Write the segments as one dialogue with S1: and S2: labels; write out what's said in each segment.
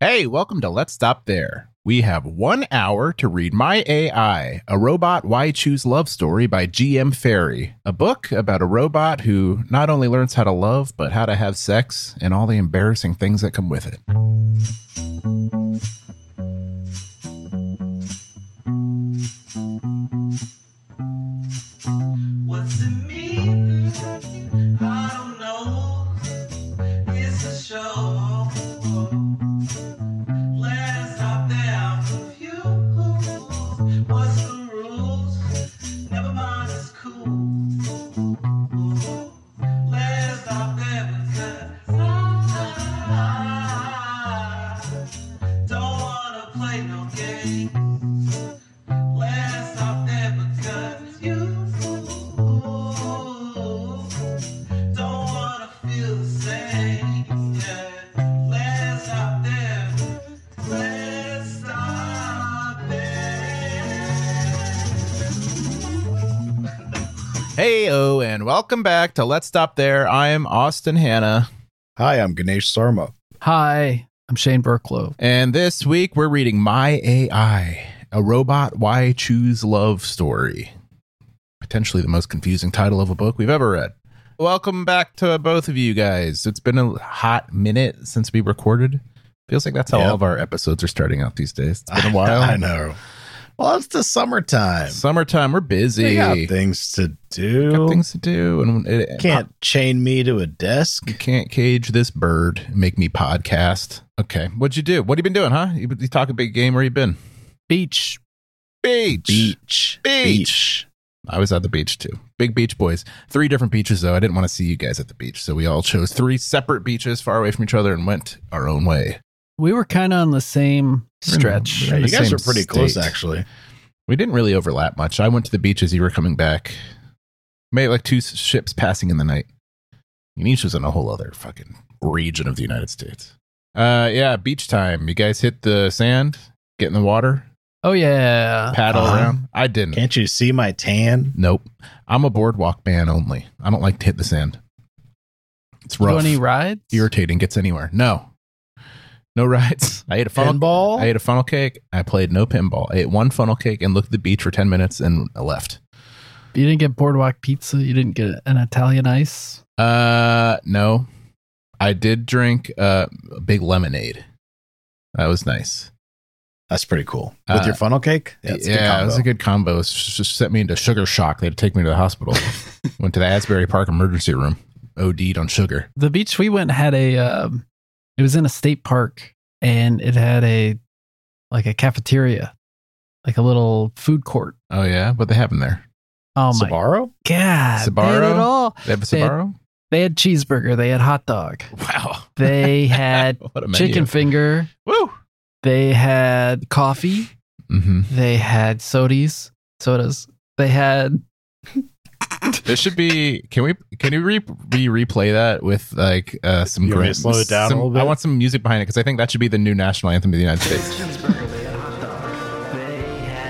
S1: Hey, welcome to Let's Stop There. We have one hour to read My AI, a robot why choose love story by GM Ferry, a book about a robot who not only learns how to love, but how to have sex and all the embarrassing things that come with it.
S2: What's it mean? I don't know. It's a show. Let's stop there. I'm confused. What's the rules? Never mind, it's cool. Let's stop there because I don't wanna play no games. Last I've ever got you. Don't wanna feel the same. Yeah. Last I've ever. Last I've
S1: Hey, oh, and welcome back to Let's Stop There. I'm Austin Hanna,
S3: Hi, I'm Ganesh Sarma.
S4: Hi, I'm Shane Burklow.
S1: and this week we're reading My AI, a robot why choose love story. Potentially the most confusing title of a book we've ever read. Welcome back to both of you guys. It's been a hot minute since we recorded. Feels like that's how
S3: Yeah.
S1: all of our episodes are starting out these days. It's been a while.
S3: I know. Well, it's the summertime.
S1: Summertime, we're busy.
S3: We got things to do.
S1: Got things to do, and it,
S3: Can't chain me to a desk.
S1: You can't cage this bird. and Make me podcast. Okay. What'd you do? What you been doing, huh? You, you talk a big game. Where you been?
S4: Beach.
S1: Beach.
S3: Beach.
S1: Beach. I was at the beach too. Big beach boys. Three different beaches though. I didn't want to see you guys at the beach, so we all chose three separate beaches far away from each other and went our own way.
S4: We were kind of on the same stretch.
S1: We're
S3: Yeah,
S1: in
S3: you
S1: the
S3: guys
S1: same
S3: are pretty close,
S1: state.
S3: actually.
S1: We didn't really overlap much. I went to the beach as you were coming back. Made like two s- ships passing in the night. And each was in a whole other fucking region of the United States. Uh, yeah, beach time. You guys hit the sand, get in the water,
S4: Oh yeah.
S1: paddle
S3: Uh-huh.
S1: around. I didn't.
S3: Can't you see my tan?
S1: Nope. I'm a boardwalk man only. I don't like to hit the sand. It's
S4: You go
S1: rough.
S4: any rides?
S1: Irritating. Gets anywhere. No. No rides. I ate a funnel.
S3: Pinball?
S1: I ate a funnel cake. I played no pinball. I ate one funnel cake and looked at the beach for ten minutes and I left.
S4: you didn't get boardwalk pizza. You didn't get an Italian ice.
S1: Uh, no, I did drink uh, a big lemonade. That was nice.
S3: That's pretty cool. With
S1: Uh,
S3: your funnel cake? it's a good
S1: yeah, it was
S3: combo.
S1: a good combo. It just sent me into sugar shock. They had to take me to the hospital. Went to the Asbury Park emergency room. OD'd on sugar.
S4: The beach we went had a. Um, it was in a state park, and it had a, like a cafeteria, like a little food court.
S1: Oh yeah, what they have in there?
S4: Oh my
S3: Sbarro?
S4: god! They had
S1: Sbarro?
S4: it all.
S1: They have a
S4: They had-
S1: Sbarro.
S4: They had cheeseburger. They had hot dog.
S1: Wow.
S4: They had
S1: what a menu.
S4: chicken finger.
S1: Woo.
S4: They had coffee.
S1: Mm-hmm.
S4: They had sodies, sodas. They had
S1: This should be. Can we? Can you re, re replay that with like uh, some?
S3: You want me
S1: great-
S3: to slow it down a
S1: some-
S3: little bit?
S1: I want some music behind it because I think that should be the new national anthem of the United States.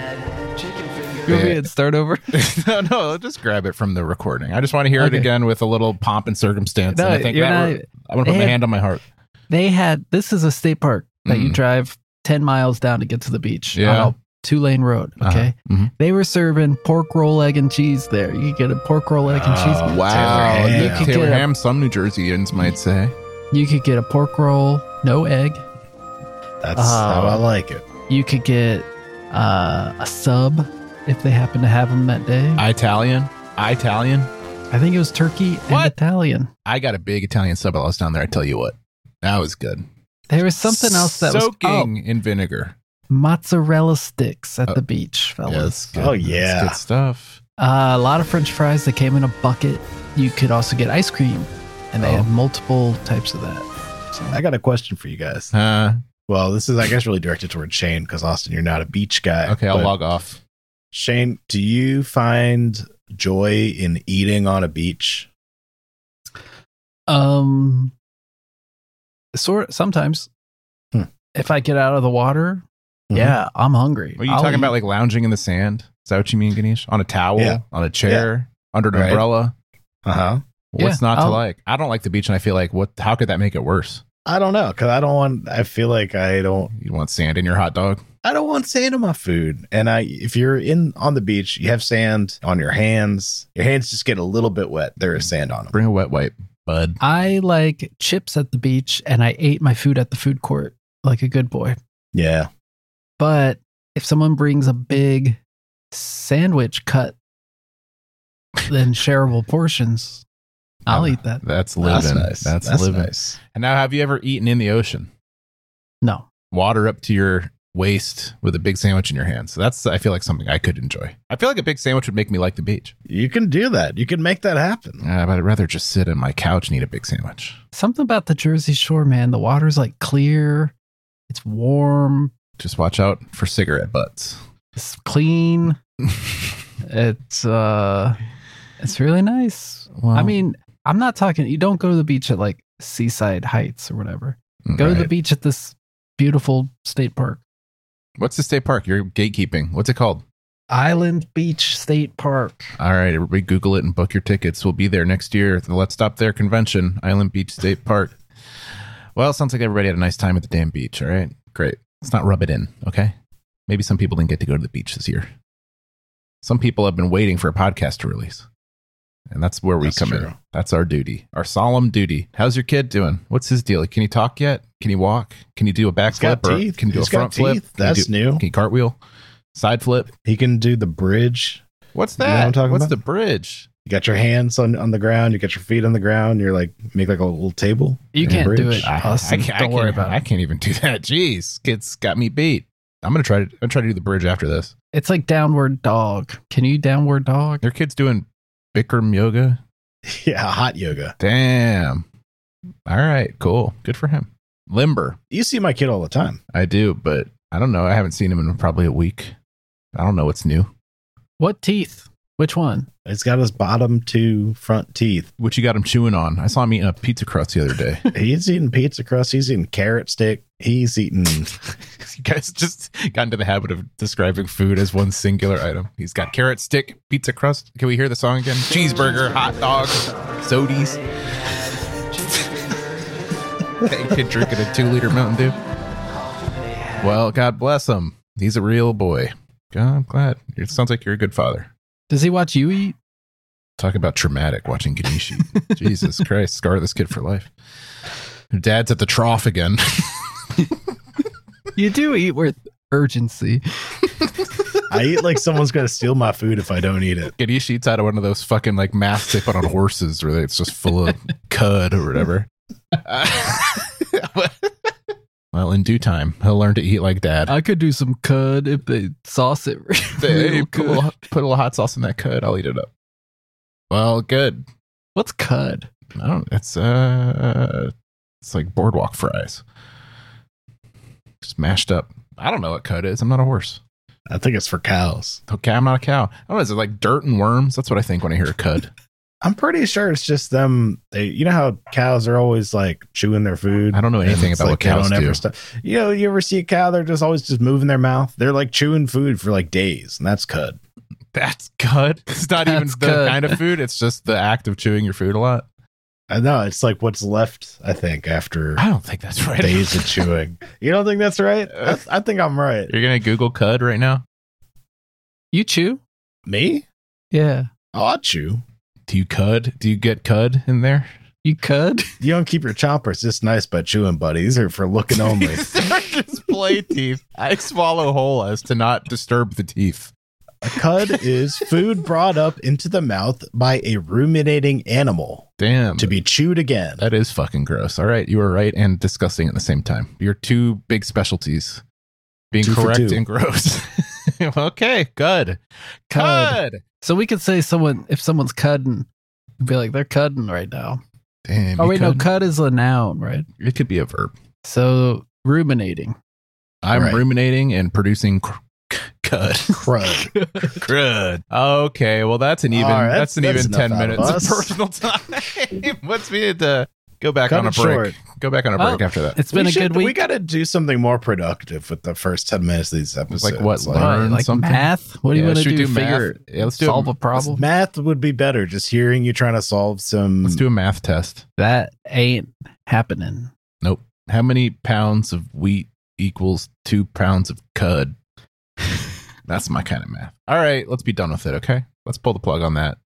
S4: you want me to start over?
S1: no, no, just grab it from the recording. I just want to hear it
S4: Okay.
S1: again with a little pomp and circumstance.
S4: No,
S1: and I think
S4: you're
S1: that
S4: not-
S1: would- I'm gonna put my
S4: Hey.
S1: hand on my heart.
S4: They had this is a state park that you
S1: Mm.
S4: drive ten miles down to get to the beach.
S1: Yeah.
S4: two lane road. Okay.
S1: Uh-huh. Mhm.
S4: They were serving pork roll, egg and cheese there. You could get a pork roll, egg and
S3: Oh,
S1: Uh,
S4: cheese.
S1: Wow, Taylor
S3: Taylor Ham.
S1: Ham.
S4: You could get a-
S1: some New Jerseyans might say.
S4: You could get a pork roll, no egg.
S3: That's
S4: Oh.
S1: Uh,
S3: how I like it.
S4: You could get uh, a sub if they happen to have them that day. I,
S1: Italian, Italian.
S4: think it was turkey and
S1: What?
S4: Italian.
S1: I got a big Italian sub while I was down there. I tell you what, that was good.
S4: There was something else that was oh,
S1: soaking in vinegar.
S4: mozzarella sticks at
S1: Oh.
S4: the beach, fellas.
S1: Yes.
S3: Oh, yeah.
S1: good stuff.
S4: Uh, a lot of French fries that came in a bucket. You could also get ice cream, and they
S1: Oh.
S4: had multiple types of that.
S3: I got a question for you guys.
S1: Uh,
S3: Well, this is, I guess, really directed toward Shane because, Austin, you're not a beach guy.
S1: okay, I'll
S3: but-
S1: log off.
S3: Shane, do you find joy in eating on a beach?
S4: Um, sort sometimes
S3: Hmm.
S4: if I get out of the water,
S3: Mhm.
S4: yeah, I'm hungry.
S1: What are you
S4: I'll
S1: talking
S4: eat.
S1: about? Like lounging in the sand? Is that what you mean, Ganesh? On a towel?
S3: Yeah.
S1: On a chair? Under an
S3: Right.
S1: umbrella?
S3: Uh huh.
S1: What's
S4: Yeah,
S1: not to
S4: I'll-
S1: like? I don't like the beach, and I feel like what? How could that make it worse?
S3: I don't know because I don't want. I feel like I don't.
S1: You want sand in your hot dog?
S3: I don't want sand in my food. And I, if you're in on the beach, you have sand on your hands. Your hands just get a little bit wet. There is sand on them.
S1: Bring a wet wipe, bud.
S4: I like chips at the beach and I ate my food at the food court like a good boy.
S3: Yeah,
S4: But if someone brings a big sandwich cut, then shareable portions, I'll
S1: Uh,
S4: eat that.
S1: That's living. That's, living.
S3: nice.
S1: And now, have you ever eaten in the ocean?
S4: No.
S1: Water up to your waist with a big sandwich in your hand. So that's I feel like something I could enjoy. I feel like a big sandwich would make me like the beach.
S3: You can do that. You can make that happen.
S1: Uh, but I'd rather just sit on my couch and eat a big sandwich.
S4: Something about the Jersey Shore, man. The water's like clear, it's warm,
S1: Just watch out for cigarette butts.
S4: it's clean. It's uh it's really nice.
S1: Well,
S4: I mean, I'm not talking you don't go to the beach at like Seaside Heights or whatever. Go to the
S1: right.
S4: beach at this beautiful state park.
S1: What's the state park? You're gatekeeping. What's it called?
S4: Island Beach State Park.
S1: All right, everybody Google it and book your tickets. We'll be there next year at the Let's Stop There convention, Island Beach State Park. Well, sounds like everybody had a nice time at the damn beach. All right, great. Let's not rub it in, okay? Maybe some people didn't get to go to the beach this year. Some people have been waiting for a podcast to release. And that's where we
S3: That's
S1: come in.
S3: true.
S1: That's our duty, our solemn duty. How's your kid doing? What's his deal? Can he talk yet? Can he walk? Can he do a
S3: He's got
S1: backflip? Or
S3: teeth.
S1: Can he do
S3: He's
S1: a
S3: got
S1: front flip?
S3: teeth.
S1: Can he
S3: That's
S1: do-
S3: new.
S1: Can he cartwheel? Side flip?
S3: He can do the bridge.
S1: What's
S3: You
S1: that?
S3: know what I'm talking
S1: What's
S3: about?
S1: the bridge?
S3: You got your hands on on the ground. You got your feet on the ground. You're like make like a little table.
S4: You
S3: and a
S4: can't do
S3: bridge.
S4: it. Austin.
S1: can't-
S4: Don't worry
S1: can't-
S4: about
S1: I
S4: it.
S1: can't even do that. Jeez, kids got me beat. I'm gonna try to. I'm trying to do the bridge after this.
S4: It's like downward dog. Can you downward dog?
S1: Your kids doing Bikram yoga?
S3: Yeah, hot yoga.
S1: Damn. All right, cool. Good for him. Limber,
S3: You see my kid all the time.
S1: I do, but I don't know. I haven't seen him in probably a week. I don't know what's new.
S4: What teeth? Which one?
S3: He's got his bottom two front teeth.
S1: What you got him chewing on? I saw him eating a pizza crust the other day.
S3: He's eating pizza crust. He's eating carrot stick. He's eating.
S1: you guys just got into the habit of describing food as one singular item. He's got carrot stick, pizza crust. Can we hear the song again? Cheeseburger, hot dog, sodies. that kid drinking a two liter Mountain Dew. Well, God bless him. He's a real boy. God, I'm glad. It sounds like you're a good father.
S4: Does he watch you eat?
S1: Talk about traumatic watching Ganeshi. Jesus Christ, scar this kid for life. Your dad's at the trough again.
S4: You do eat with urgency.
S3: I eat like someone's gonna steal my food if I don't eat it.
S1: Get each eats out of one of those fucking like masks they put on horses where it's just full of cud or whatever. Uh, well, in due time, he'll learn to eat like dad.
S4: I could do some cud if they sauce it.
S1: Hey,
S4: real
S1: put, a
S4: good.
S1: little, put a little hot sauce in that cud. I'll eat it up. Well, good.
S4: What's cud?
S1: I don't. It's uh, it's like boardwalk fries, just mashed up. I don't know what cud is. I'm not a horse.
S3: I think it's for cows.
S1: Okay, I'm not a cow. I don't know. Is it like dirt and worms? That's what I think when I hear cud.
S3: I'm pretty sure it's just them. They, you know how cows are always like chewing their food.
S1: I don't know
S3: And
S1: anything
S3: it's
S1: about
S3: like
S1: what
S3: they
S1: cows
S3: don't
S1: do.
S3: ever stop- You know, you ever see a cow? They're just always just moving their mouth. They're like chewing food for like days, and that's cud.
S1: That's good. It's not even
S4: That's
S1: the
S4: good.
S1: kind of food. It's just the act of chewing your food a lot.
S3: I know it's like what's left. I think after
S1: I don't think that's right.
S3: days of chewing. You don't think that's right? I, I think I'm right.
S1: You're gonna Google cud right now.
S4: You chew?
S3: Me?
S4: Yeah.
S3: Oh, I chew.
S1: Do you cud? Do you get cud in there?
S4: You cud?
S3: You don't keep your chompers just nice by chewing, buddy. These are for looking only.
S1: They're just play teeth. I swallow whole as to not disturb the teeth.
S3: a cud is food brought up into the mouth by a ruminating animal
S1: Damn.
S3: to be chewed again.
S1: that is fucking gross. All right, you were right and disgusting at the same time. Your two big specialties. Being
S3: Two for
S1: correct
S3: two.
S1: and gross. okay, good.
S4: Cud.
S1: Cud.
S4: So we could say someone if someone's cudding, we'd be like, they're cudding right now.
S1: Damn.
S4: Oh
S1: you
S4: wait, no,
S1: cud-
S4: cud is a noun, right?
S1: It could be a verb.
S4: So ruminating.
S1: I'm
S3: Right.
S1: ruminating and producing cr- c- crud.
S3: Crud.
S1: crud. Okay, well that's an even
S3: All right,
S1: that's,
S3: that's-
S1: an
S3: that's
S1: even ten
S3: enough out of
S1: minutes of
S3: us.
S1: personal time. What's we need to go back
S3: Cut
S1: on a
S3: it
S1: break.
S3: short. um,
S1: Go back on a break
S4: Oh,
S1: after that.
S4: It's been
S3: we
S4: a
S3: should-
S4: good
S3: We
S4: week.
S3: got to do something more productive with the first 10 minutes of these episodes.
S1: Like what?
S4: What,
S1: learn
S4: like
S1: something?
S4: math? What do
S1: Yeah,
S4: you want to
S1: should we
S4: do?
S1: do math?
S4: Figure
S1: Yeah, let's do
S4: solve
S1: a-
S4: a problem.
S3: Math would be better. Just hearing you trying to solve some.
S1: Let's do a math test.
S4: That ain't happening.
S1: Nope. How many pounds of wheat equals two pounds of cud? That's my kind of math. All right, let's be done with it, okay? Let's pull the plug on that.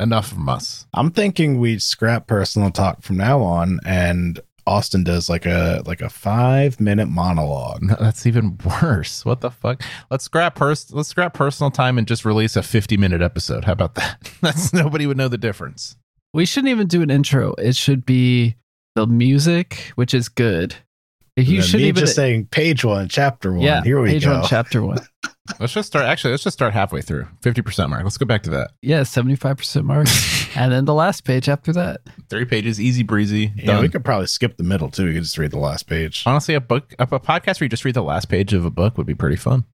S1: Enough from us.
S3: I'm thinking we scrap personal talk from now on, and Austin does like a like a five minute monologue.
S1: No, that's even worse. What the fuck? Let's scrap pers- let's scrap personal time and just release a 50-minute episode. How about that? That's nobody would know the difference.
S4: We shouldn't even do an intro. It should be the music, which is good. If you
S3: And then
S4: should
S3: me
S4: even
S3: just saying page one, chapter one.
S4: yeah,
S3: Here we
S4: page
S3: go.
S4: one, chapter one.
S1: Let's just start actually, let's just start halfway through. 50% mark. Let's go back to that.
S4: Yeah, seventy five percent mark, and then the last page after that.
S1: 3 pages easy breezy.
S3: yeah,
S1: done.
S3: we could probably skip the middle too. We could just read the last page.
S1: Honestly, a book, a, a podcast where you just read the last page of a book would be pretty fun.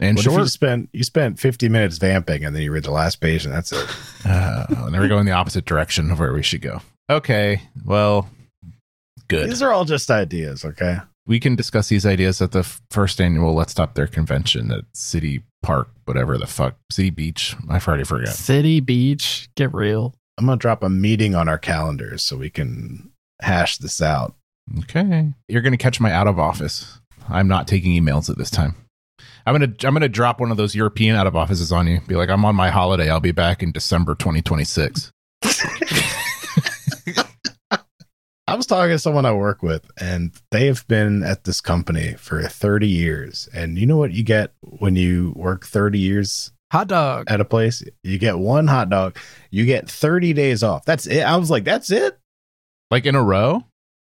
S1: And
S3: What if you
S1: short.
S3: spent you spent 50 minutes vamping and then you read the last page and that's it.
S1: Uh, and then we go in the opposite direction of where we should go. Okay, well, good.
S3: These are all just ideas, okay?
S1: We can discuss these ideas at the f- first annual Let's Stop Their convention at City Park, whatever the fuck, City Beach. I've already forgot.
S4: City beach, get real.
S3: I'm gonna drop a meeting on our calendars so we can hash this out.
S1: Okay, you're gonna catch my out of office. I'm not taking emails at this time. I'm gonna I'm gonna drop one of those European out of offices on you. Be like, I'm on my holiday. I'll be back in December 2026.
S3: I was talking to someone I work with, and they have been at this company for 30 years. And you know what you get when you work 30 years
S4: Hot dog.
S3: at a place? You get one hot dog, you get 30 days off. That's it. I was like, that's it.
S1: Like in a row.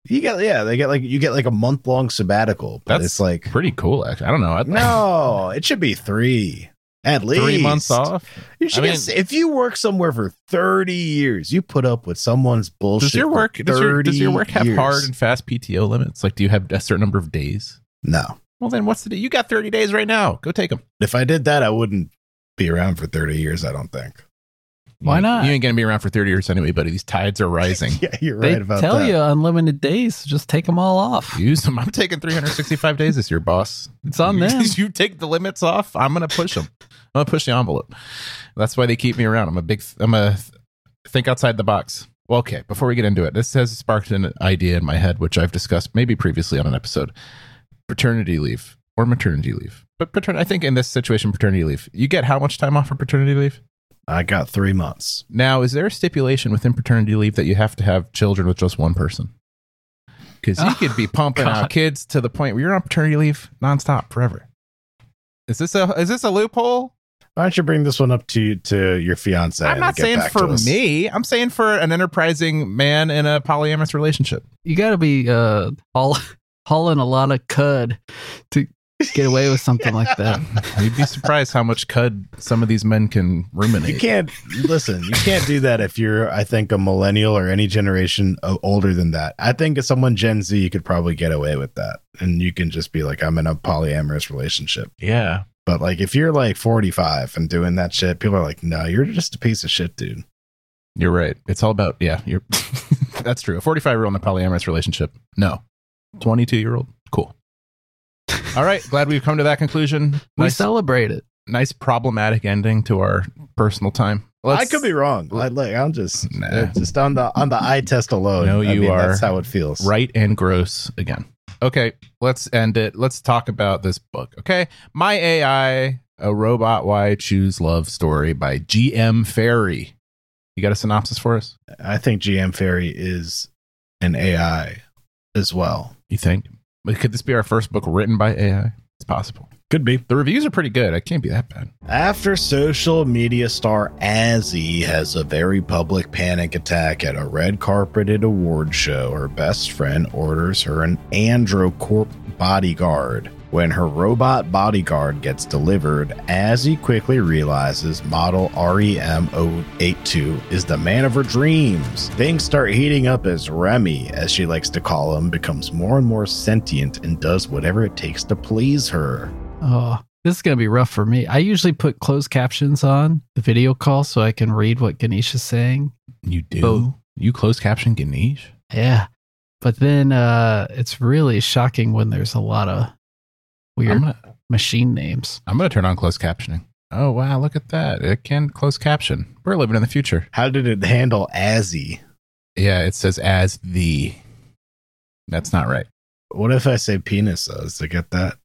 S3: You get yeah, they get like you get like a month long sabbatical, but
S1: That's
S3: it's like
S1: pretty cool actually i don't know I'd-
S3: no, it should be three at least
S1: three months off
S3: You should
S1: I
S3: get,
S1: mean-
S3: if you work somewhere for 30 years, you put up with someone's bullshit.
S1: does your
S3: for
S1: work does your, does your work have
S3: 30 years.
S1: hard and fast pto limits like do you have a certain number of days
S3: No.
S1: well then what's the day you got 30 days right now go take them
S3: If I did that, I wouldn't be around for 30 years, I don't think.
S4: Why not?
S1: you ain't gonna be around for 30 years anyway buddy these tides are rising
S3: Yeah, you're
S4: They
S3: right about
S4: tell
S3: that.
S4: you unlimited days, so just take them all off.
S1: use them i'm taking 365 days this year boss
S4: It's on
S1: you,
S4: them.
S1: you take the limits off i'm gonna push them i'm gonna push the envelope that's why they keep me around i'm a big i'm a think outside the box well, okay before we get into it this has sparked an idea in my head which i've discussed maybe previously on an episode paternity leave or maternity leave but patern- i think in this situation paternity leave you get how much time off for paternity leave
S3: I got three months.
S1: now is there a stipulation within paternity leave that you have to have children with just one person because you
S4: Oh,
S1: could be pumping
S4: God.
S1: out kids to the point where you're on paternity leave nonstop forever is this a is this a loophole
S3: Why don't you bring this one up to to your fiance?
S1: I'm
S3: and
S1: not
S3: get
S1: saying
S3: back to
S1: for
S3: us?
S1: me. I'm saying for an enterprising man in a polyamorous relationship.
S4: You got to be uh, haul- hauling a lot of cud to get away with something like that.
S1: You'd be surprised how much cud some of these men can
S3: You
S1: ruminate.
S3: can't listen. You can't do that if you're, I think, a millennial or any generation o- older than that. I think if someone Gen Z, you could probably get away with that, and you can just be like, "I'm in a polyamorous relationship."
S1: yeah.
S3: But like if you're like 45 and doing that shit, people are like, no, you're just a piece of shit, dude.
S1: You're right. It's all about yeah, you're that's true. A forty five year old in a polyamorous relationship. No. Twenty two year old? Cool. All right. Glad we've come to that conclusion.
S4: We
S1: Nice,
S4: celebrate it.
S1: nice problematic ending to our personal time.
S3: I
S1: Let's-
S3: could be wrong. I, like I'm just
S1: Nah.
S3: uh, just on the on the eye test alone.
S1: No,
S3: I
S1: you are
S3: That's how it feels.
S1: right and gross again. Okay, let's end it. Let's talk about this book. Okay, My AI, a robot why choose love story by GM Ferry. You got a synopsis for us?
S3: I think GM Ferry is an AI as well.
S1: You think? But Could this be our first book written by AI? It's possible.
S3: Could be.
S1: The reviews are pretty good. It can't be that bad.
S3: After social media star Azzy has a very public panic attack at a red carpeted award show, her best friend orders her an Androcorp bodyguard. When her robot bodyguard gets delivered, Azzy quickly realizes model E REM082 is the man of her dreams. Things start heating up as Remy, as she likes to call him, becomes more and more sentient and does whatever it takes to please her.
S4: Oh, this is going to be rough for me. I usually put closed captions on the video call so I can read what Ganesh is saying.
S1: You do?
S4: Both.
S1: You closed caption Ganesh?
S4: Yeah. But then uh, it's really shocking when there's a lot of
S1: I'm
S4: weird
S1: gonna,
S4: machine names.
S1: I'm gonna turn on closed captioning. Oh wow, look at that! It can close caption. We're living in the future.
S3: How did it handle Azzy?
S1: Yeah, it says as the. That's not right.
S3: What if I say penis though? Does it get that?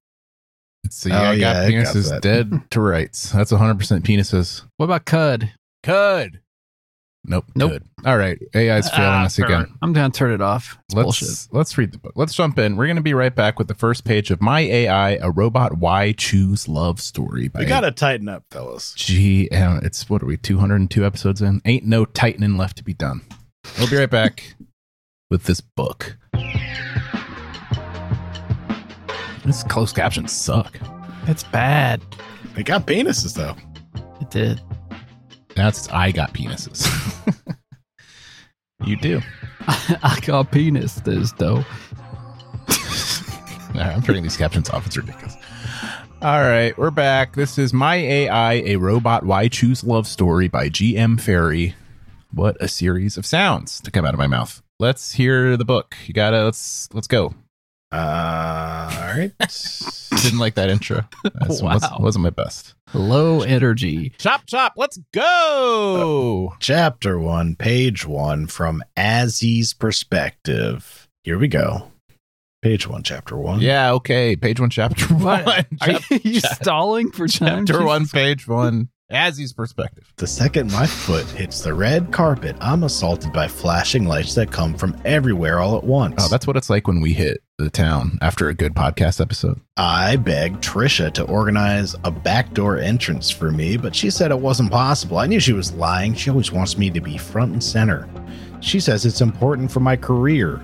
S1: So
S3: Oh,
S1: yeah, I got
S3: yeah, I got
S1: penises
S3: that.
S1: dead to rights. That's 100% penises.
S4: What about cud?
S1: Could. Nope.
S4: Nope.
S1: Could. All right. AI's failing
S4: Ah,
S1: us again.
S4: burn. I'm gonna turn it off. It's
S1: Let's
S4: bullshit.
S1: let's read the book. Let's jump in. We're going to be right back with the first page of My AI: A Robot Why Choose Love Story by
S3: We gotta tighten up, fellas.
S1: GM. It's what are we? Two hundred and two episodes in. Ain't no tightening left to be done. We'll be right back with this book. This closed captions suck.
S4: It's bad.
S3: They got penises though.
S4: It did.
S1: That's I got penises. you do.
S4: I got penis this though.
S1: All right, I'm turning these captions off. It's ridiculous. All right, we're back. This is My AI, a Robot Why Choose Love Story by G.M. Ferry. What a series of sounds to come out of my mouth. Let's hear the book. You gotta let's let's go.
S3: Uh, all right.
S1: Didn't like that intro. That's,
S4: Wow.
S1: wasn't- wasn't my best.
S4: Low energy.
S1: Chop chop. Let's go.
S3: Chapter one, page one, from Azzy's perspective. Here we go. Page one, chapter one.
S1: yeah. Okay. Page one, chapter one.
S4: Are you,
S1: Chap-
S4: you
S1: chap-
S4: stalling for time?
S1: chapter one,
S4: Jesus.
S1: page one. Azzy's perspective.
S3: The second my foot hits the red carpet, I'm assaulted by flashing lights that come from everywhere all at once.
S1: Oh, that's what it's like when we hit the town after a good podcast episode.
S3: I begged Trisha to organize a backdoor entrance for me, but she said it wasn't possible. I knew she was lying. She always wants me to be front and center. She says it's important for my career.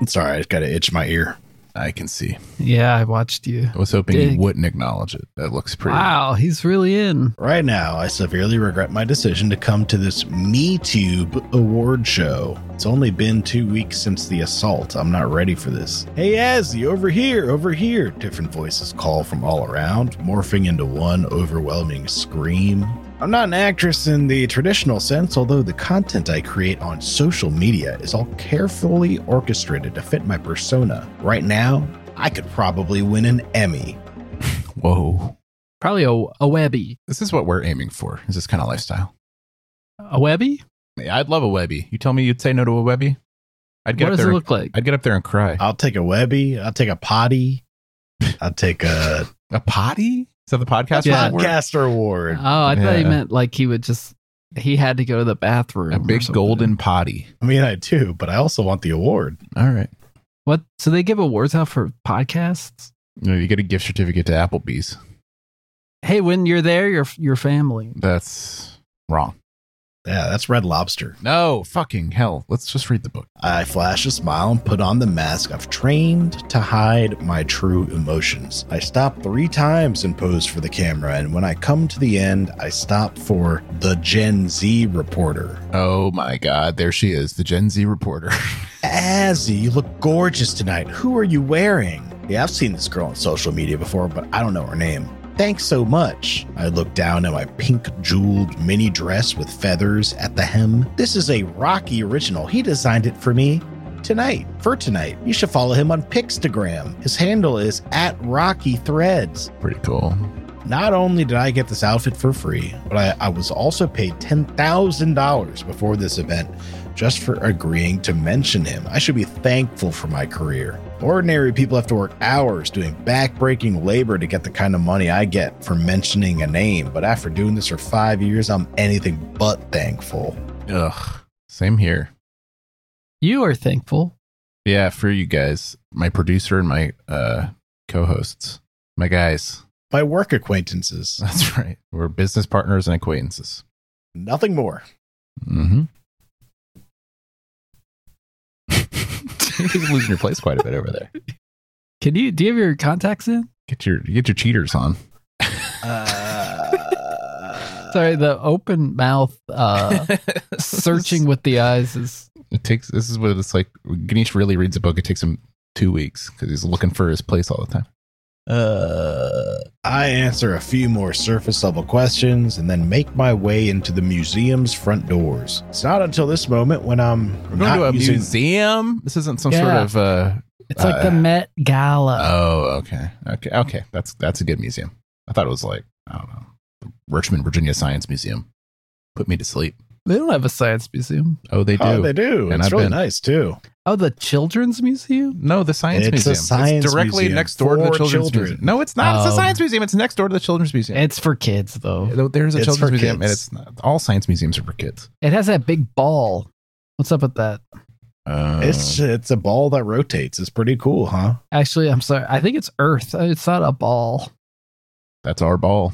S3: I'm sorry, I just got to itch my ear.
S1: I can see.
S4: Yeah, I watched you.
S1: I was hoping
S4: Dig.
S1: you wouldn't acknowledge it. That looks pretty.
S4: Wow, he's really in.
S3: Right now, I severely regret my decision to come to this MeTube award show. It's only been two weeks since the assault. I'm not ready for this. Hey, Azzy, over here, over here. Different voices call from all around, morphing into one overwhelming scream. I'm not an actress in the traditional sense, although the content I create on social media is all carefully orchestrated to fit my persona. Right now, I could probably win an Emmy.
S1: Whoa.
S4: Probably a, a webby.
S1: This is what we're aiming for. Is this kind of lifestyle?
S4: A webby?
S1: Yeah, I'd love a webby. You tell me you'd say no to a webby? I'd get
S4: What
S1: up there.
S4: does it
S1: and-
S4: look like?
S1: I'd get up there and cry.
S3: I'll take a Webby. I'll take a potty. I'll take a
S1: A potty? Is that the podcast?
S4: Yeah.
S1: word?
S3: podcaster
S4: Oh,
S3: award.
S4: I thought he
S1: Yeah.
S4: meant like he would just he had to go to the bathroom.
S1: A
S4: or
S1: big
S4: something.
S1: golden potty.
S3: I mean, I do, but I also want the award.
S1: All right.
S4: What? So they give awards out for podcasts?
S1: You, know, you get a gift certificate to Applebee's.
S4: Hey, when you're there, your your family.
S1: That's wrong.
S3: Yeah, that's Red Lobster.
S1: No, fucking hell. Let's just read the book.
S3: I flash a smile and put on the mask I've trained to hide my true emotions. I stop three times and pose for the camera, and when I come to the end, I stop for the Gen Z reporter.
S1: Oh my God. There she is, the Gen Z reporter.
S3: Azzy, you look gorgeous tonight. Who are you wearing? Yeah, I've seen this girl on social media before, but I don't know her name. Thanks so much. I look down at my pink jeweled mini dress with feathers at the hem. This is a Rocky original. He designed it for me tonight. For tonight, you should follow him on Pixtagram. His handle is at Rocky Threads.
S1: pretty cool.
S3: Not only did I get this outfit for free, but I, I was also paid $10,000 before this event just for agreeing to mention him. I should be thankful for my career. Ordinary people have to work hours doing backbreaking labor to get the kind of money I get for mentioning a name, but after doing this for five years, I'm anything but thankful.
S1: Ugh. Same here.
S4: You are thankful.
S1: Yeah, for you guys, my producer and my uh, co-hosts, my guys.
S3: My work acquaintances,
S1: That's right. We're business partners and acquaintances.
S3: nothing more.
S1: Mm-hmm. You're losing your place quite a bit over there.
S4: Can you do you have your contacts in?
S1: Get your get your cheaters on.
S3: Uh,
S4: Sorry, the open mouth uh searching with the eyes is
S1: It takes. This is what it's like. Ganesh really reads a book. It takes him two weeks because he's looking for his place all the time. Uh,
S3: I answer a few more surface level questions and then make my way into the museum's front doors. It's not until this moment when I'm
S1: we're going
S3: not
S1: to a
S3: using-
S1: museum. This isn't some sort
S4: Yeah.
S1: of. Uh,
S4: it's like the
S1: Uh,
S4: Met Gala.
S1: oh, okay, okay, okay. That's that's a good museum. I thought it was like I don't know, the Richmond, Virginia Science Museum. Put me to sleep.
S4: They don't have a science museum.
S1: Oh, they do.
S3: Oh, they do.
S1: And
S3: it's
S1: I've
S3: really
S1: been.
S3: nice too.
S4: Oh, the children's museum.
S1: no, the science
S3: It's a
S1: museum.
S3: science
S1: it's directly
S3: museum
S1: next door to the
S3: for
S1: children's
S3: children.
S1: museum. No, it's not. it's a
S4: Um,
S1: science museum. It's next door to the children's museum.
S4: It's for kids though.
S1: Though There's a
S3: It's
S1: children's
S3: for
S1: museum, and
S3: kids.
S1: it's not, all science museums are for kids.
S4: It has that big ball. What's up with that?
S1: Uh,
S3: It's it's a ball that rotates. It's pretty cool, huh?
S4: Actually, I'm sorry. I think it's Earth. Uh, It's not a ball.
S1: that's our ball.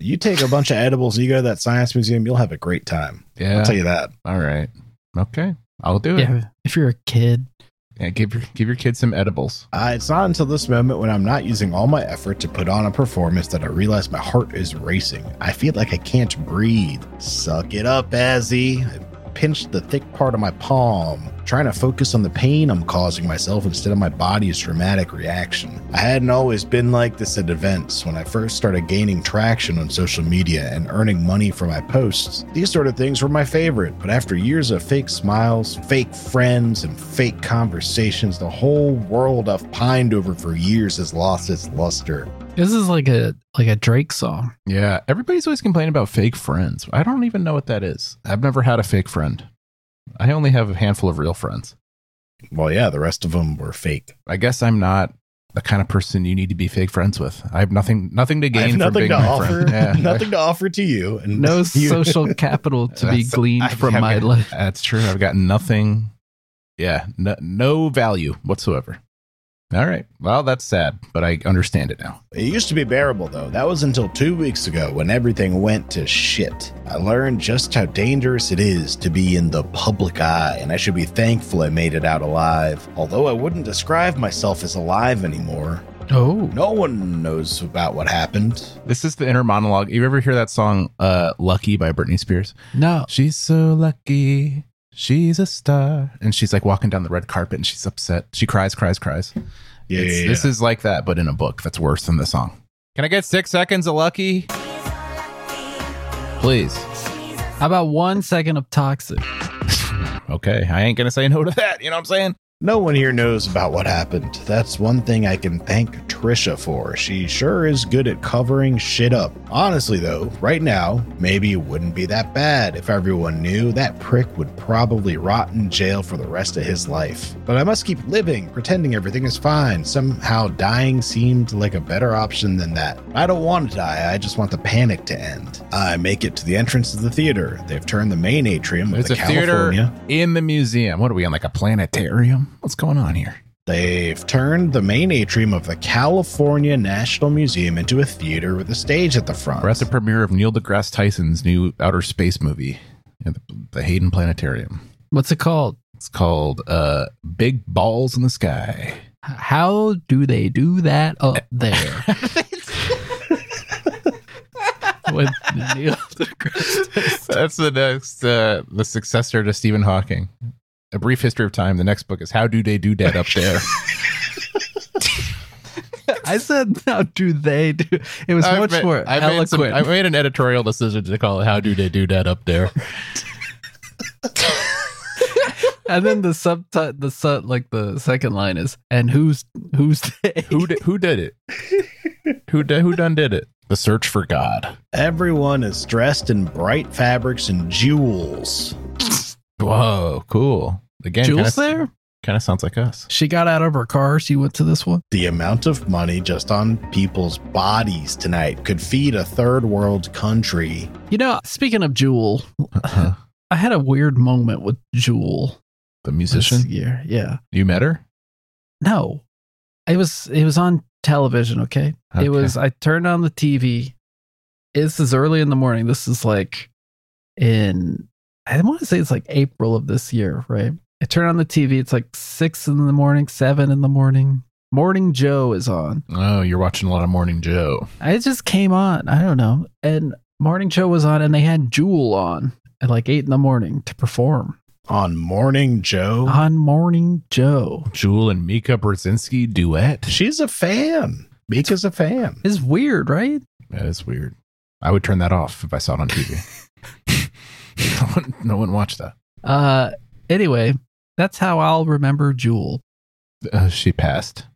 S3: You take a bunch of edibles and you go to that science museum, you'll have a great time.
S1: Yeah.
S3: I'll tell you that.
S1: all right. Okay. I'll do it. Yeah.
S4: Yeah. If you're a kid,
S1: give your give your kids some edibles.
S3: Uh, it's not until this moment when I'm not using all my effort to put on a performance that I realize my heart is racing. I feel like I can't breathe. Suck it up, Azzy. I pinched the thick part of my palm, trying to focus on the pain I'm causing myself instead of my body's dramatic reaction. I hadn't always been like this at events. When I first started gaining traction on social media and earning money for my posts, these sort of things were my favorite. But after years of fake smiles, fake friends, and fake conversations, the whole world I've pined over for years has lost its luster.
S4: this is like a like a Drake song.
S1: Yeah. Everybody's always complaining about fake friends. I don't even know what that is. I've never had a fake friend. I only have a handful of real friends.
S3: Well, yeah, the rest of them were fake.
S1: I guess I'm not the kind of person you need to be fake friends with. I have nothing nothing to
S3: I have
S1: gain from
S3: nothing
S1: being
S3: to
S1: my
S3: offer.
S1: friend. Yeah.
S3: Nothing to offer to you. And
S4: No
S3: you-
S4: social capital to be
S1: That's-
S4: gleaned
S1: I-
S4: from
S1: I've
S4: my
S1: got-
S4: life.
S1: That's true. I've got nothing. Yeah, no, no value whatsoever. All right. Well, that's sad, but I understand it now.
S3: It used to be bearable, though. That was until two weeks ago when everything went to shit. I learned just how dangerous it is to be in the public eye, and I should be thankful I made it out alive. Although I wouldn't describe myself as alive anymore.
S4: Oh,
S3: No one knows about what happened.
S1: This is the inner monologue. You ever hear that song uh Lucky by Britney Spears?
S4: no.
S1: She's so lucky. She's a star. And she's like walking down the red carpet and she's upset. She cries, cries, cries. It's- This is like that, but in a book that's worse than the song. Can I get six seconds of lucky? Please.
S4: How about one second of toxic?
S1: Okay. I ain't going to say no to that. You know what I'm saying?
S3: No one here knows about what happened. That's one thing I can thank Trisha for. She sure is good at covering shit up. Honestly, though, right now, maybe it wouldn't be that bad if everyone knew that prick would probably rot in jail for the rest of his life. But I must keep living, pretending everything is fine. Somehow dying seemed like a better option than that. I don't want to die, I just want the panic to end. I make it to the entrance of the theater. They've turned the main atrium of
S1: There's
S3: the
S1: a
S3: California.
S1: theater in the museum. What are we on, like a planetarium? What's going on here?
S3: They've turned the main atrium of the California National Museum into a theater with a stage at the front.
S1: We're at the premiere of Neil deGrasse Tyson's new outer space movie, at the, the Hayden Planetarium.
S4: What's it called?
S1: It's called uh, Big Balls in the Sky.
S4: H- How do they do that up there? With Neil deGrasse Tyson.
S1: That's the next, uh, the successor to Stephen Hawking. A Brief History of Time. The next book is How Do They Do That Up There?
S4: I said, how do they do? It was much
S1: made-
S4: more
S1: I made,
S4: eloquent.
S1: some- I made an editorial decision to call it How Do They Do That Up There?
S4: and then the subtitle, the su- like the second line is, and who's who's they?
S1: who, did, who did it? Who, did, who done did it? The Search for God.
S3: Everyone is dressed in bright fabrics and jewels.
S1: Whoa, cool. Again,
S4: Jules
S1: kinda-
S4: there?
S1: Kind of sounds like us.
S4: She got out of her car. She went to this one.
S3: The amount of money just on people's bodies tonight could feed a third world country.
S4: You know, speaking of Jewel,
S1: Uh-huh.
S4: I had a weird moment with Jewel
S1: The
S4: this
S1: musician.
S4: year. Yeah.
S1: You met her?
S4: No, it was it was on television. Okay?
S1: Okay.
S4: it was. I turned on the TV. This is early in the morning. This is like in I want to say it's like April of this year, right? I turn on the TV. It's like six in the morning, seven in the morning. Morning Joe is on.
S1: Oh, you're watching a lot of Morning Joe.
S4: I just came on. I don't know. And Morning Joe was on, and they had Jewel on at like eight in the morning to perform
S3: On Morning Joe,
S1: Uh-huh.
S4: on Morning Joe.
S1: Jewel and Mika Brzezinski duet.
S3: she's a fan. Mika's a fan.
S4: It's weird, right?
S1: That is weird. I would turn that off if I saw it on TV. no, one, no one watched that.
S4: Uh, anyway, that's how I'll remember Jewel.
S1: Uh, she passed.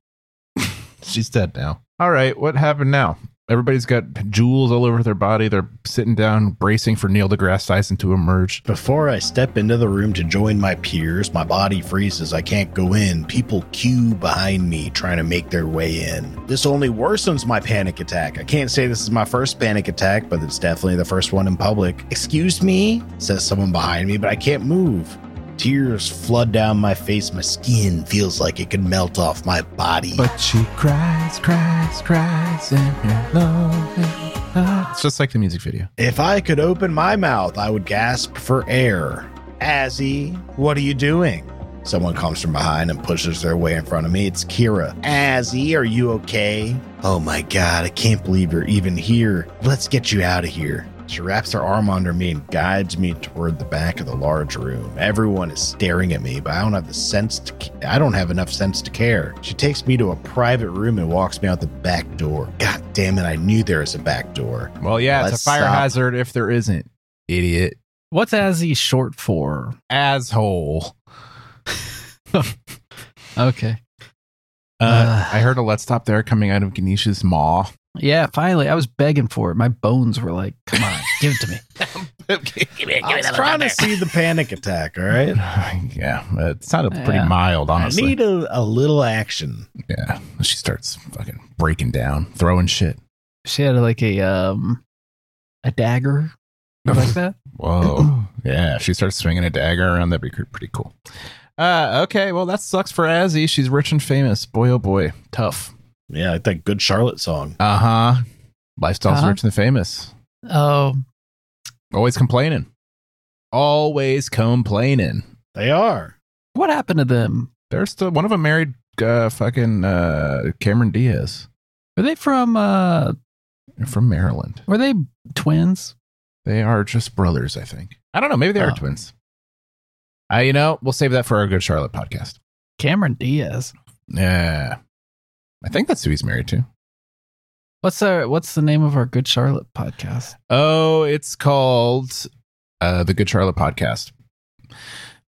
S1: She's dead now. All right. What happened now? Everybody's got jewels all over their body. They're sitting down, bracing for Neil deGrasse Tyson to emerge.
S3: Before I step into the room to join my peers, my body freezes. I can't go in. People queue behind me trying to make their way in. This only worsens my panic attack. I can't say this is my first panic attack, but it's definitely the first one in public. Excuse me, says someone behind me, but I can't move. Tears flood down my face. My skin feels like it could melt off my body.
S1: But she cries, cries, cries, and her love. is- ah. It's just like the music video.
S3: If I could open my mouth, I would gasp for air. Azzy, what are you doing? Someone comes from behind and pushes their way in front of me. It's Kira. Azzy, are you okay? Oh my god, I can't believe you're even here. Let's get you out of here. She wraps her arm under me and guides me toward the back of the large room. Everyone is staring at me, but I don't have the sense to ca- I don't have enough sense to care. She takes me to a private room and walks me out the back door. God damn it, I knew there was a back door.
S1: Well, yeah, it's
S3: Let's
S1: a fire
S3: stop.
S1: hazard if there isn't. Idiot.
S4: What's Azzy short for?
S1: Asshole.
S4: Okay.
S1: Uh,
S4: Uh.
S1: I heard a let's stop there coming out of Ganesha's maw.
S4: Yeah, finally. I was begging for it. My bones were like, come on, give it to me.
S3: I was trying to see the panic attack, all right?
S1: yeah, it sounded pretty
S4: Yeah.
S1: mild, honestly.
S3: I need a, a little action.
S1: yeah, she starts fucking breaking down, throwing shit.
S4: She had like a um a dagger like that.
S1: Whoa. yeah, if she starts swinging a dagger around. That'd be cr- pretty cool. Uh, okay, well, that sucks for Azzy. She's rich and famous. Boy, oh boy, tough.
S3: Yeah, like that good Charlotte song.
S1: Uh huh. Lifestyle's
S4: Uh-huh.
S1: rich and famous.
S4: Oh,
S1: Always complaining. Always complaining.
S3: They are.
S4: what happened to them?
S1: They're still one of them married uh, fucking uh, Cameron Diaz
S4: Were they from uh
S1: They're from Maryland.
S4: were they twins?
S1: They are just brothers, I think. I don't know. Maybe they are
S4: Oh.
S1: twins. Uh, you know, we'll save that for our Good Charlotte podcast.
S4: Cameron Diaz.
S1: Yeah. I think that's who he's married to.
S4: What's our what's the name of our Good Charlotte podcast?
S1: Oh, it's called uh, the Good Charlotte podcast.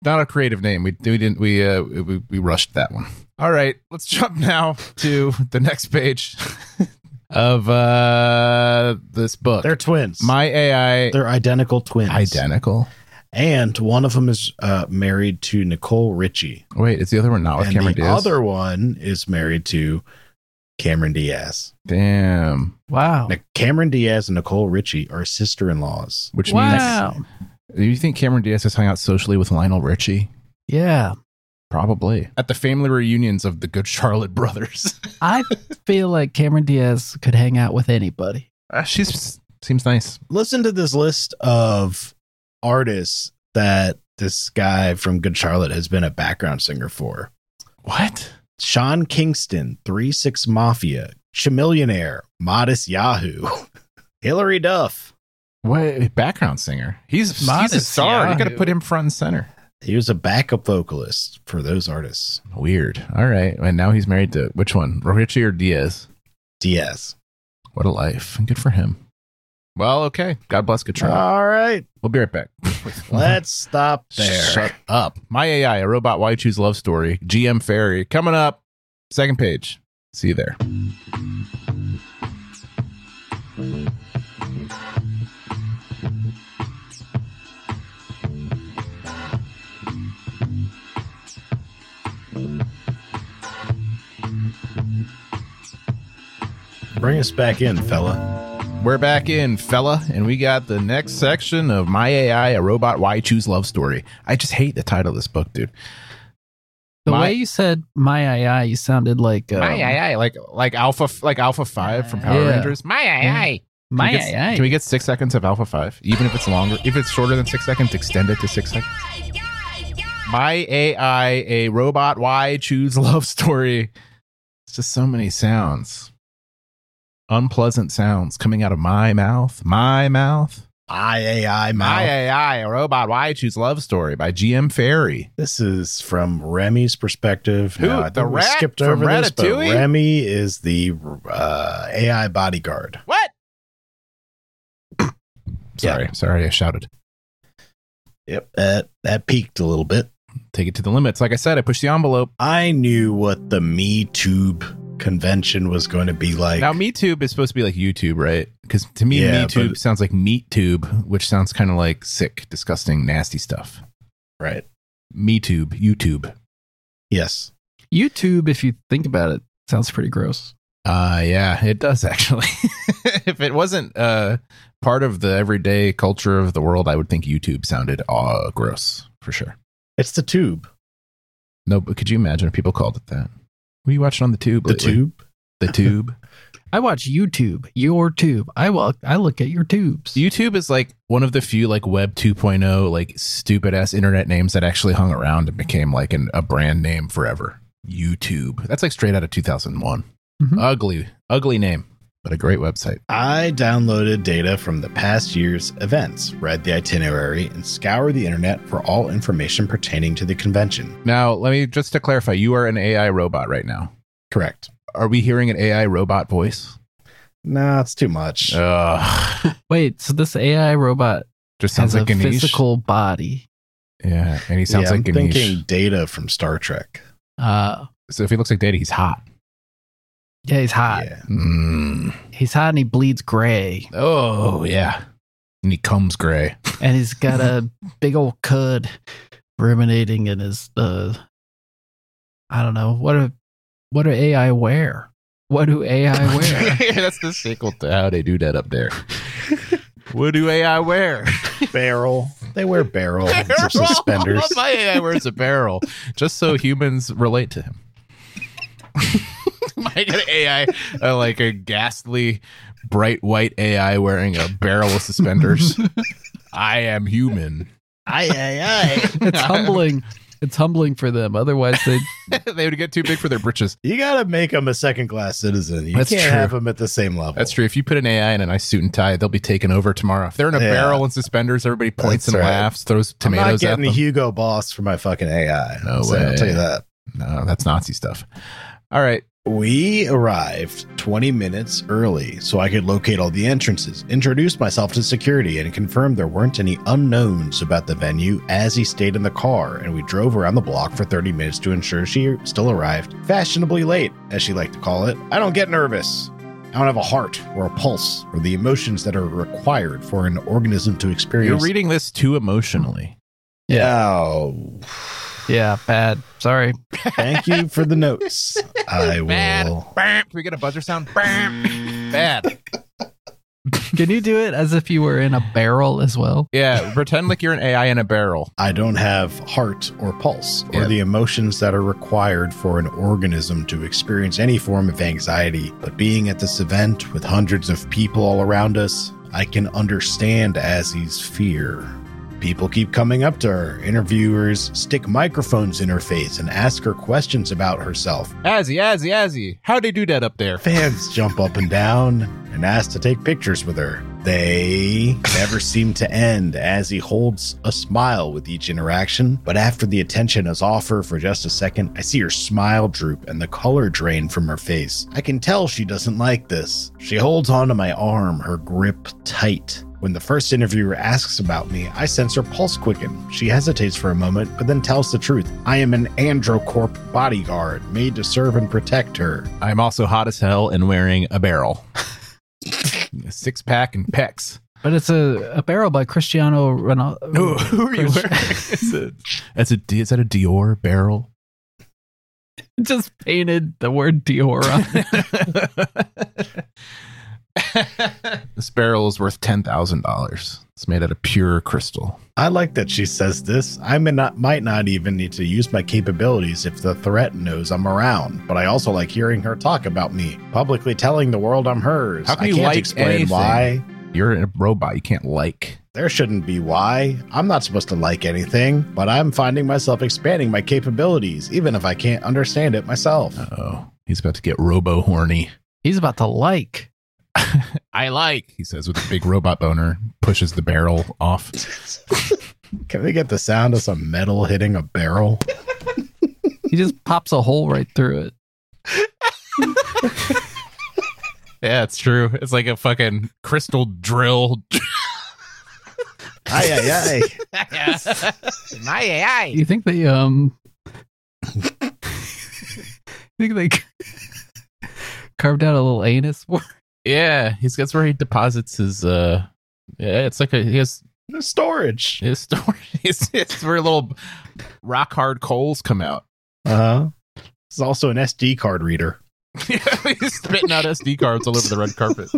S1: Not a creative name. We we didn't we uh, we we rushed that one. All right, let's jump now to the next page of uh this book.
S3: They're twins.
S1: My AI
S3: They're identical twins.
S1: identical.
S3: And one of them is uh, married to Nicole Richie.
S1: Wait, is the other one not with
S3: and
S1: Oh, Cameron
S3: the
S1: Diaz?
S3: other one is married to Cameron Diaz.
S1: Damn.
S4: Wow.
S3: Now, Cameron Diaz and Nicole Richie are sister in laws.
S1: Which
S4: wow.
S1: means, do you think Cameron Diaz has hung out socially with Lionel Richie?
S4: Yeah.
S1: Probably at the family reunions of the Good Charlotte brothers.
S4: I feel like Cameron Diaz could hang out with anybody.
S1: Uh, she's seems nice.
S3: Listen to this list of artists that this guy from Good Charlotte has been a background singer for.
S1: What?
S3: Sean Kingston, 3 6 Mafia, Chamillionaire, Modest Yahoo, Hillary Duff.
S1: What background singer? He's he's a
S4: Modest
S1: star. You got to
S4: Yahoo.
S1: put him front and center.
S3: He was a backup vocalist for those artists.
S1: Weird. All right, and now he's married to which one? Richie or Diaz?
S3: Diaz.
S1: What a life! And good for him. Well, okay. God bless Good Charlotte.
S3: All right,
S1: we'll be right back.
S3: Uh, let's stop there.
S1: Shut up. My AI, a robot why you choose love story, GM Fairy, coming up. Second page. See you there.
S3: Bring us back in, fella.
S1: We're back in, fella, and we got the next section of My AI, a robot why you choose love story. I just hate the title of this book, dude.
S4: The
S1: My-
S4: way you said my ai ai, you sounded like um,
S1: My AI, like like Alpha, like Alph Five from Power
S4: Yeah.
S1: Rangers. My AI.
S4: my
S1: Can we get-
S4: ai.
S1: Can we get six seconds of Alpha Five, even if it's longer? If it's shorter than six seconds, extend it to six seconds. My AI, a robot, why choose love story? It's just so many sounds. Unpleasant sounds coming out of my mouth. My mouth.
S3: I
S1: My
S3: AI Mouth.
S1: AI, a robot, why choose love story by GM Ferry.
S3: This is from Remy's perspective.
S1: Who?
S3: Now, I
S1: The
S3: think we
S1: rat
S3: skipped
S1: from
S3: over this, but
S1: Ratatouille?
S3: Remy is the uh, AI bodyguard.
S1: What?
S3: Yeah.
S1: Sorry, sorry, I shouted.
S3: Yep, that that peaked a little bit.
S1: Take it to the limits. Like I said, I pushed the envelope.
S3: I knew what the Me Tube convention was going to be like.
S1: now MeTube is supposed to be like YouTube, right? Because to me,
S3: Yeah,
S1: MeTube
S3: but-
S1: sounds like meat tube, which sounds kind of like sick, disgusting, nasty stuff.
S3: right.
S1: MeTube, YouTube.
S3: Yes.
S4: YouTube, if you think about it, sounds pretty gross.
S1: Uh yeah, it does actually. if it wasn't uh part of the everyday culture of the world, I would think YouTube sounded uh gross for sure.
S3: It's the tube.
S1: No, but could you imagine if people called it that? What are you watching on the tube?
S3: The
S1: lately?
S3: tube.
S1: The tube.
S4: I watch YouTube, your tube. I walk, I look at your tubes.
S1: YouTube is like one of the few like web 2.0 like stupid ass internet names that actually hung around and became like an, a brand name forever. YouTube. That's like straight out of 2001.
S4: Mhm.
S1: Ugly, ugly name, but a great website.
S3: I downloaded data from the past year's events, read the itinerary, and scoured the internet for all information pertaining to the convention.
S1: Now, let me just to clarify, you are an AI robot right now.
S3: Correct.
S1: Are we hearing an AI robot voice?
S3: Nah, it's too much.
S1: Uh, Ugh.
S4: Wait, so this AI robot
S1: Just sounds
S4: has
S1: like
S4: a
S1: Ganesh.
S4: physical body.
S1: Yeah, and he sounds
S3: Yeah,
S1: like
S3: I'm
S1: Ganesh.
S3: thinking data from Star Trek.
S4: Uh,
S1: So if he looks like Data, he's hot.
S4: yeah, he's hot.
S3: Yeah.
S1: Mm.
S4: He's hot and he bleeds gray,
S1: Oh yeah, and he comes gray.
S4: and he's got a big old cud ruminating in his. Uh, I don't know what do what do AI wear? What do AI wear?
S1: That's the sequel to how they do that up there. what do AI wear?
S3: barrel. They wear barrel and some suspenders.
S1: My AI wears a barrel, just so humans relate to him. I got AI, uh, like a ghastly, bright white AI wearing a barrel of suspenders. I am human.
S3: Aye, aye, aye.
S4: it's humbling. It's humbling for them. Otherwise, they
S1: they would get too big for their britches.
S3: You gotta make them a second class citizen. You
S1: That's
S3: can't
S1: true.
S3: have them at the same level.
S1: That's true. If you put an AI in a nice suit and tie, they'll be taken over tomorrow. If they're in a
S3: Yeah.
S1: barrel and suspenders, everybody points
S3: That's
S1: and
S3: right.
S1: laughs, throws
S3: I'm not
S1: tomatoes at
S3: getting
S1: them.
S3: the Hugo Boss for my fucking AI.
S1: No
S3: So
S1: way.
S3: I'll tell you that.
S1: no, that's Nazi stuff. All right.
S3: We arrived 20 minutes early so I could locate all the entrances, introduce myself to security, and confirm there weren't any unknowns about the venue as he stayed in the car. And we drove around the block for 30 minutes to ensure she still arrived fashionably late, as she liked to call it. I don't get nervous. I don't have a heart or a pulse or the emotions that are required for an organism to
S1: You're
S3: experience.
S1: reading this too emotionally.
S3: Oh,
S4: yeah, bad. Sorry.
S3: thank you for the notes. I
S1: Bad.
S3: will.
S1: Bam. Can we get a buzzer sound? Bam. Bad.
S4: Can you do it as if you were in a barrel as well?
S1: Yeah. Pretend like you're an AI in a barrel.
S3: I don't have heart or pulse or
S1: Yeah.
S3: the emotions that are required for an organism to experience any form of anxiety. But being at this event with hundreds of people all around us, I can understand Azzy's fear. People keep coming up to her. Interviewers stick microphones in her face and ask her questions about herself.
S1: Azzy, Azzy, Azzy. How'd they do that up there?
S3: Fans jump up and down and ask to take pictures with her. They never seem to end as he holds a smile with each interaction. But after the attention is off her for just a second, I see her smile droop and the color drain from her face. I can tell she doesn't like this. She holds onto my arm, her grip tight. When the first interviewer asks about me, I sense her pulse quicken. She hesitates for a moment, but then tells the truth. I am an Androcorp bodyguard made to serve and protect her.
S1: I'm also hot as hell and wearing a barrel. Six pack and pecs.
S4: But it's a, a barrel by Cristiano Ronaldo.
S1: Who, who are you
S4: Chris-
S1: wearing? Is it, as a, is that a Dior barrel?
S4: Just painted the word Dior on. it.
S1: this barrel is worth $10,000. It's made out of pure crystal.
S3: I like that she says this. I may not, might not even need to use my capabilities if the threat knows I'm around, but I also like hearing her talk about me, publicly telling the world I'm hers.
S1: How can
S3: I
S1: you
S3: can't
S1: like
S3: explain
S1: anything?
S3: why.
S1: You're a robot. You can't like.
S3: There shouldn't be why. I'm not supposed to like anything, but I'm finding myself expanding my capabilities, even if I can't understand it myself.
S1: Oh, he's about to get robo horny.
S4: He's about to like.
S1: I like, he says with a big robot boner, pushes the barrel off.
S3: Can we get the sound of some metal hitting a barrel?
S4: He just pops a hole right through it.
S1: Yeah, it's true. It's like a fucking crystal drill.
S3: Aye, aye, aye.
S4: You think they um? you think they? carved out a little anus for.
S1: Yeah, he's that's where he deposits his. uh Yeah, it's like a he has
S3: Storage.
S1: his storage. It's, it's where little rock hard coals come out.
S3: Uh huh. It's also an SD card reader.
S1: he's spitting out SD cards all over the red carpet.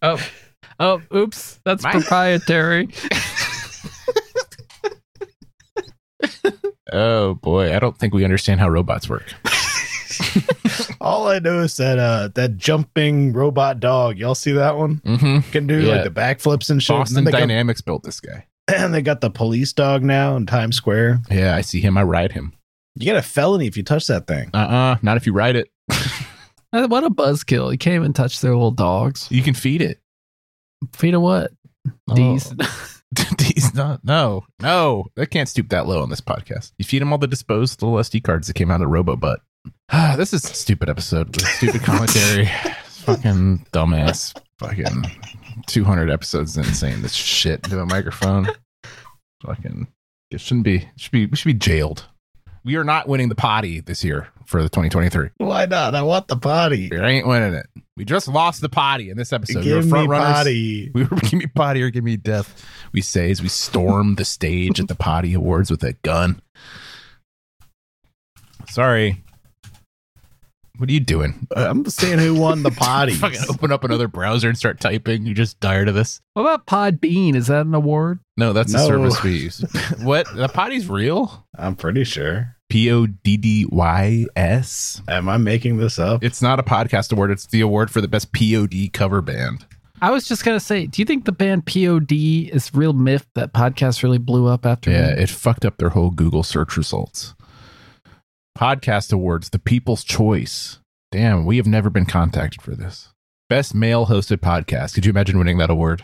S4: Oh, oh, oops, that's
S1: My-
S4: proprietary.
S1: Oh boy, I don't think we understand how robots work.
S3: All I know is that uh that jumping robot dog. Y'all see that one?
S1: Mm-hmm.
S3: Can do
S1: Yeah.
S3: like the backflips and shit.
S1: Boston
S3: and, then they got,
S1: Dynamics built this guy.
S3: and they got the police dog now in Times Square.
S1: Yeah, I see him. I ride him.
S3: You get a felony if you touch that thing.
S1: Uh uh not if you ride it.
S4: Uh, What a buzzkill! You can't even touch their little dogs.
S1: you can feed it.
S4: Feet of what? These.
S1: D's not. No, no, they can't stoop that low on this podcast. You feed them all the disposed little SD cards that came out of RoboButt. Ah, this is a stupid episode. This is stupid commentary. fucking dumbass. Fucking 200 episodes in saying this shit into a microphone. Fucking. It shouldn't be. Should be. We should be jailed. We are not winning the potty this year for the 2023.
S3: Why not? I want the potty.
S1: We ain't winning it. We just lost the potty in this episode. we were
S3: Give me
S1: front runners.
S3: potty.
S1: We were give me potty or give me death. We say as we storm the stage at the potty awards with a gun. Sorry. What are you doing?
S3: Uh, I'm saying who won the potty.
S1: Fucking open up another browser and start typing. You're just tired of this.
S4: What about Podbean? Is that an award?
S1: No, that's the
S3: No.
S1: service we use. what? The potty's real?
S3: I'm pretty sure.
S1: P O D D Y S.
S3: Am I making this up?
S1: It's not a podcast award. It's the award for the best POD cover band.
S4: I was just gonna say, do you think the band POD is real myth that podcast really blew up after?
S1: Yeah,
S4: that?
S1: it fucked up their whole Google search results. Podcast awards, the people's choice. Damn, we have never been contacted for this. Best male hosted podcast. Could you imagine winning that award?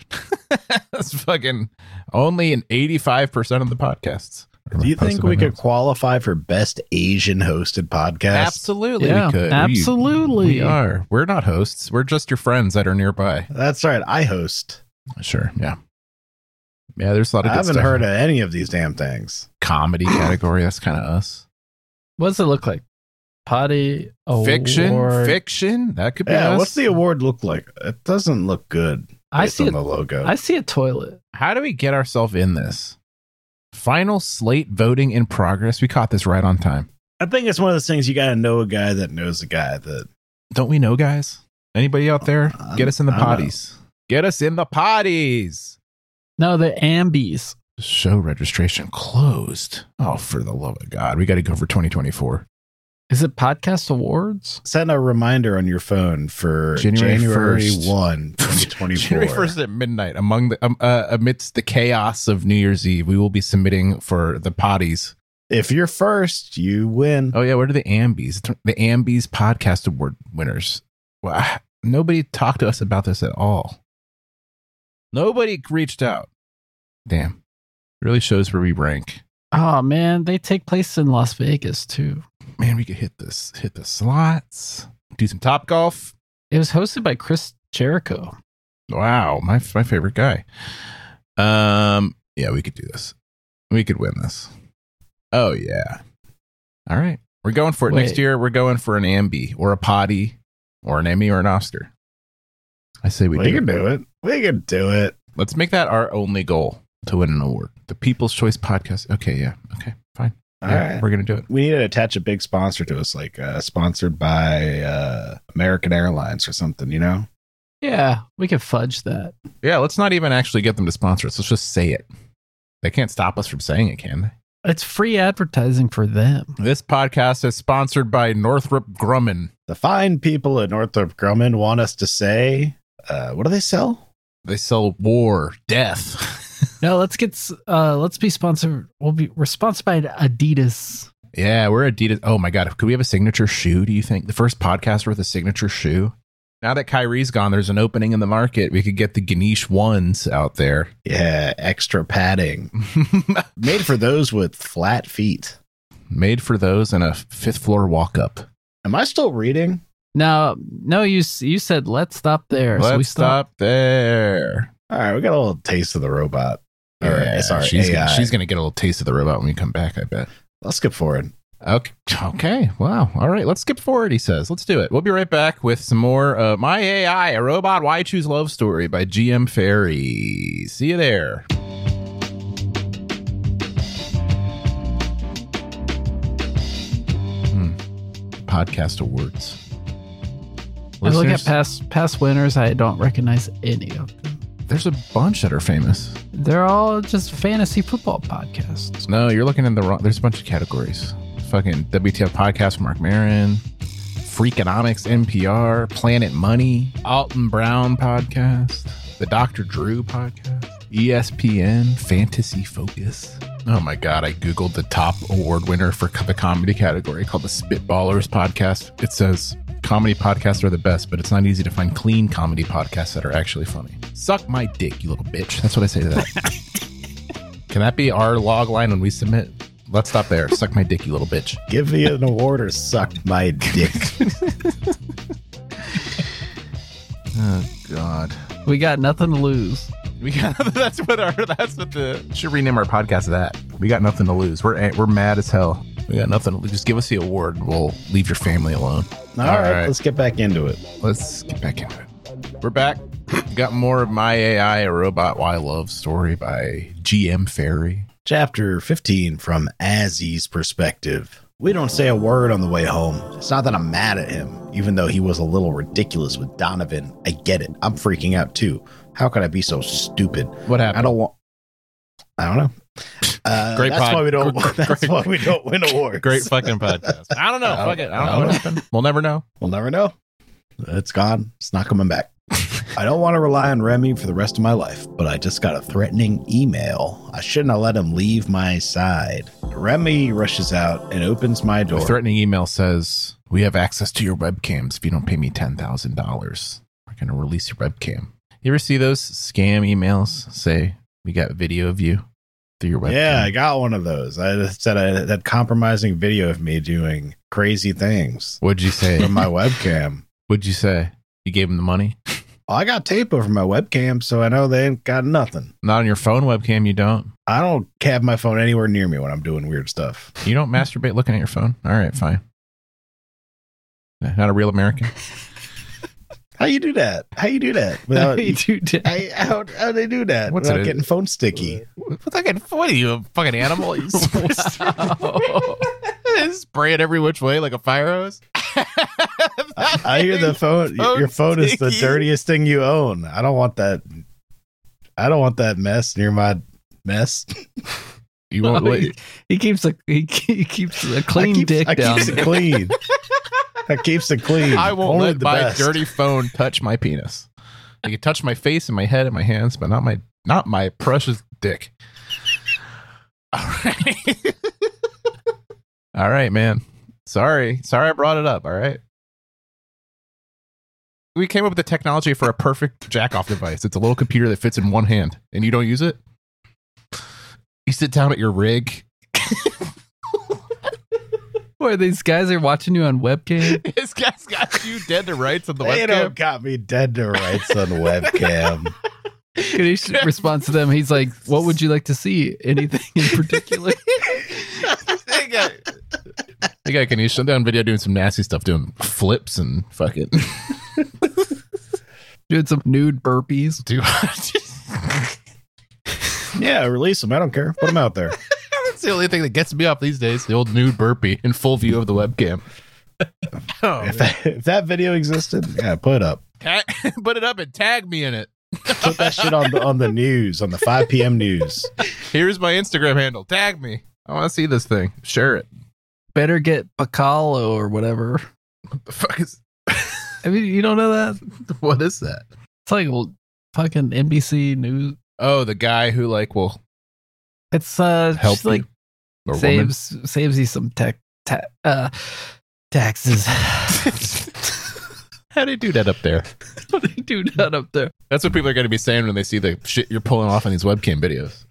S1: That's fucking only in 85% of the podcasts. are
S3: Do you
S1: hosted
S3: think
S1: by
S3: we could
S1: males.
S3: qualify for best Asian hosted podcast?
S1: Absolutely,
S4: Yeah,
S1: we could. We-
S4: absolutely.
S1: we are. We're not hosts. We're just your friends that are nearby.
S3: That's right. I host.
S1: Sure. Yeah. Yeah, there's a lot
S3: I
S1: of good
S3: haven't
S1: stuff.
S3: heard of any of these damn things.
S1: comedy category. That's kind of us.
S4: What does it look like? Potty
S1: Fiction,
S4: award.
S1: fiction. That could be
S3: Yeah,
S1: us.
S3: what's the award look like? It doesn't look good based
S4: I see.
S3: on
S4: A,
S3: the logo.
S4: I see a toilet.
S1: how do we get ourselves in this? Final slate voting in progress. We caught this right on time.
S3: I think it's one of those things you got to know a guy that knows a guy that
S1: Don't we know, guys? Anybody out there?
S3: Uh,
S1: Get us in the
S3: I don't know.
S1: potties. Get us in the potties.
S4: No, the ambies.
S1: Show registration closed. Oh, for the love of God. We got to go for 2024.
S4: Is it podcast awards?
S3: sent a reminder on your phone for
S1: January
S3: January,
S1: 1st.
S3: 1,
S1: January
S3: 2024.
S1: 1st at midnight, among the, um, uh, amidst the chaos of New Year's Eve, we will be submitting for the potties.
S3: If you're first, you win.
S1: Oh, yeah. What are the Ambies? The Ambies Podcast Award winners. Wow. Nobody talked to us about this at all. Nobody reached out. Damn. Really shows where we rank.
S4: Oh man, they take place in Las Vegas too.
S1: Man, we could hit this, hit the slots, do some top golf.
S4: It was hosted by Chris Jericho.
S1: Wow, my my favorite guy. Um, yeah, we could do this. We could win this. Oh yeah. All right, we're going for it next
S4: Wait.
S1: year. We're going for an Ambi or a potty or an Emmy or an Oscar. I say we,
S3: we
S1: do,
S3: can
S1: it.
S3: do it. We can do it.
S1: Let's make that our only goal to win an award. The People's Choice Podcast. Okay, yeah, okay, fine.
S3: All
S1: Yeah,
S3: right.
S1: We're gonna do it.
S3: We need to attach a big sponsor to us, like uh, sponsored by uh, American Airlines or something, you know?
S4: Yeah, we could fudge that.
S1: Yeah, let's not even actually get them to sponsor us. Let's just say it. They can't stop us from saying it, can they?
S4: It's free advertising for them.
S1: This podcast is sponsored by Northrop Grumman.
S3: The fine people at Northrop Grumman want us to say, uh, what do they sell?
S1: They sell war, death.
S4: No, let's get s- uh let's be sponsored. We'll be we're sponsored by Adidas.
S1: yeah, we're Adidas. Oh my God. Could we have a signature shoe? Do you think the first podcast with a signature shoe? Now that Kyrie's gone, there's an opening in the market. We could get the Ganesh ones out there.
S3: Yeah, extra padding. Made for those with flat feet.
S1: Made for those in a fifth floor walk up.
S3: Am I still reading?
S4: No, no, you s- you said let's stop there.
S1: Let's
S4: so we stopped.
S1: stop there.
S3: All right, we got a little taste of the robot. All right, sorry,
S1: She's, gonna,
S3: AI.
S1: she's gonna get a little taste of the robot when we come back, I bet.
S3: Let's skip forward.
S1: Okay. Okay. Wow. All right. Let's skip forward. He says, "Let's do it." We'll be right back with some more. Uh, My AI, a robot. Why choose love story by GM Fairy. See you there. Hmm. Podcast awards.
S4: I look at
S1: Listeners,
S4: past past winners. I don't recognize any of them.
S1: there's a bunch that are famous.
S4: They're all just fantasy football podcasts.
S1: No, you're looking in the wrong. There's a bunch of categories. Fucking WTF podcast, Mark Marin, Freakonomics, NPR, Planet Money, Alton Brown podcast, the Dr. Drew podcast, E ESPN, Fantasy Focus. Oh my God, I Googled the top award winner for the comedy category called the Spitballers podcast. It says comedy podcasts are the best, but it's not easy to find clean comedy podcasts that are actually funny. Suck my dick, you little bitch. That's what I say to that. Can that be our log line when we submit? Let's stop there. Suck my dick, you little bitch.
S3: Give me an award or suck my dick.
S1: Oh God.
S4: We got nothing to lose.
S1: We got that's what our that's what the should rename our podcast that. We got nothing to lose. We're a- we're mad as hell. We got nothing to lose. Just give us the award. and We'll leave your family alone.
S3: All right, let's get back into it.
S1: let's get back into it. We're back. We got more of my AI, a robot why love story by GM Ferry.
S3: Chapter 15 from Azzy's perspective. We don't say a word on the way home. It's not that I'm mad at him, even though he was a little ridiculous with Donovan. I get it. I'm freaking out too. How could I be so stupid?
S1: What
S3: I
S1: happened?
S3: don't want. I don't know. Uh,
S1: Great
S3: that's
S1: pod.
S3: why we don't.
S1: Great-
S3: that's
S1: great-
S3: why we don't win awards.
S1: Great fucking podcast. I don't know. Fuck it. I don't know what happened. We'll never know.
S3: We'll never know. It's gone. It's not coming back. I don't want to rely on Remy for the rest of my life, but I just got a threatening email. I shouldn't have let him leave my side. Remy rushes out and opens my door.
S1: The threatening email says, "We have access to your webcams if you don't pay me ten thousand dollars. We're gonna release your webcam." You ever see those scam emails? Say we got video of you through your webcam.
S3: yeah, I got one of those. I said I, that compromising video of me doing crazy things
S1: What'd you say?
S3: from my webcam.
S1: What'd you say? You gave him the money?
S3: Well, I got tape over my webcam, so I know they ain't got nothing.
S1: Not on your phone webcam. You don't.
S3: I don't have my phone anywhere near me when I'm doing weird stuff.
S1: You don't masturbate looking at your phone. All right, fine. Eh, Not a real American.
S3: How you do that? How you do that without
S4: You do di-
S3: I, how how they do that
S1: What's
S3: without
S1: it?
S3: getting phone sticky?
S1: What the fuck? What are you, a fucking animal? You
S4: Wow.
S1: spray it every which way like a fire hose.
S3: I, I hear the phone.
S1: phone
S3: your phone is the
S1: sticky.
S3: dirtiest thing you own. I don't want that. I don't want that mess near my mess.
S1: You won't let
S4: he, he keeps a he, ke- he keeps a clean
S3: I keep,
S4: dick
S3: I
S4: down
S3: keeps it
S4: there.
S3: clean. that keeps it clean.
S1: I won't
S3: Only
S1: let
S3: the
S1: my
S3: best.
S1: dirty phone touch my penis. You can touch my face and my head and my hands, but not my not my precious dick. All right. all right, man. Sorry. Sorry I brought it up, all right? We came up with the technology for a perfect jack off device. It's a little computer that fits in one hand and you don't use it? You sit down at your rig.
S4: Where these guys are watching you on webcam.
S1: This guy's got you dead to rights on the
S3: They
S1: webcam.
S3: don't got me dead to rights on webcam.
S4: Ganesh responds to them. He's like, "What would you like to see? Anything in particular?"
S1: they got they got Ganesh shut down video doing some nasty stuff, doing flips and fucking
S4: Doing some nude burpees.
S1: do.
S3: yeah, release them. I don't care. Put them out there.
S1: That's the only thing that gets me off these days. The old nude burpee in full view of the webcam. Oh,
S3: If that, if that video existed, yeah, put it up.
S1: ta- put it up and tag me in it.
S3: Put that shit on the on the news on the 5 p.m. news.
S1: Here's my Instagram handle. Tag me. I want to see this thing. Share it.
S4: Better get Bacalo or whatever.
S1: What the fuck is?
S4: I mean, you don't know that?
S1: What is that?
S4: It's like well, fucking NBC News.
S1: Oh, the guy who like will
S4: It's uh,
S1: help
S4: she's like
S1: you. Or woman.
S4: saves saves you some tech ta- uh, taxes.
S1: How do you do that up there?
S4: what do you do down up there?
S1: That's what people are going to be saying when they see the shit you're pulling off on these webcam videos.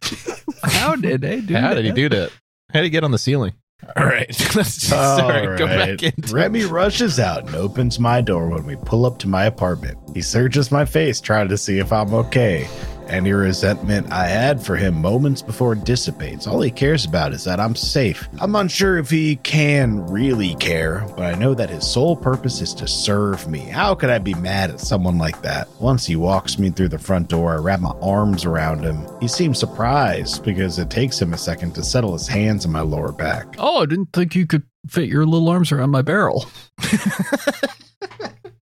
S4: How did they do?
S1: How did he
S4: that?
S1: do that? How did he get on the ceiling? All right. Let's just, sorry,
S3: All
S1: go
S3: right.
S1: back into
S3: Remy rushes out and opens my door when we pull up to my apartment. He searches my face, trying to see if I'm okay. Any resentment I had for him moments before it dissipates. All he cares about is that I'm safe. I'm unsure if he can really care, but I know that his sole purpose is to serve me. How could I be mad at someone like that? Once he walks me through the front door, I wrap my arms around him. He seems surprised because it takes him a second to settle his hands on my lower back.
S4: Oh, I didn't think you could fit your little arms around my barrel.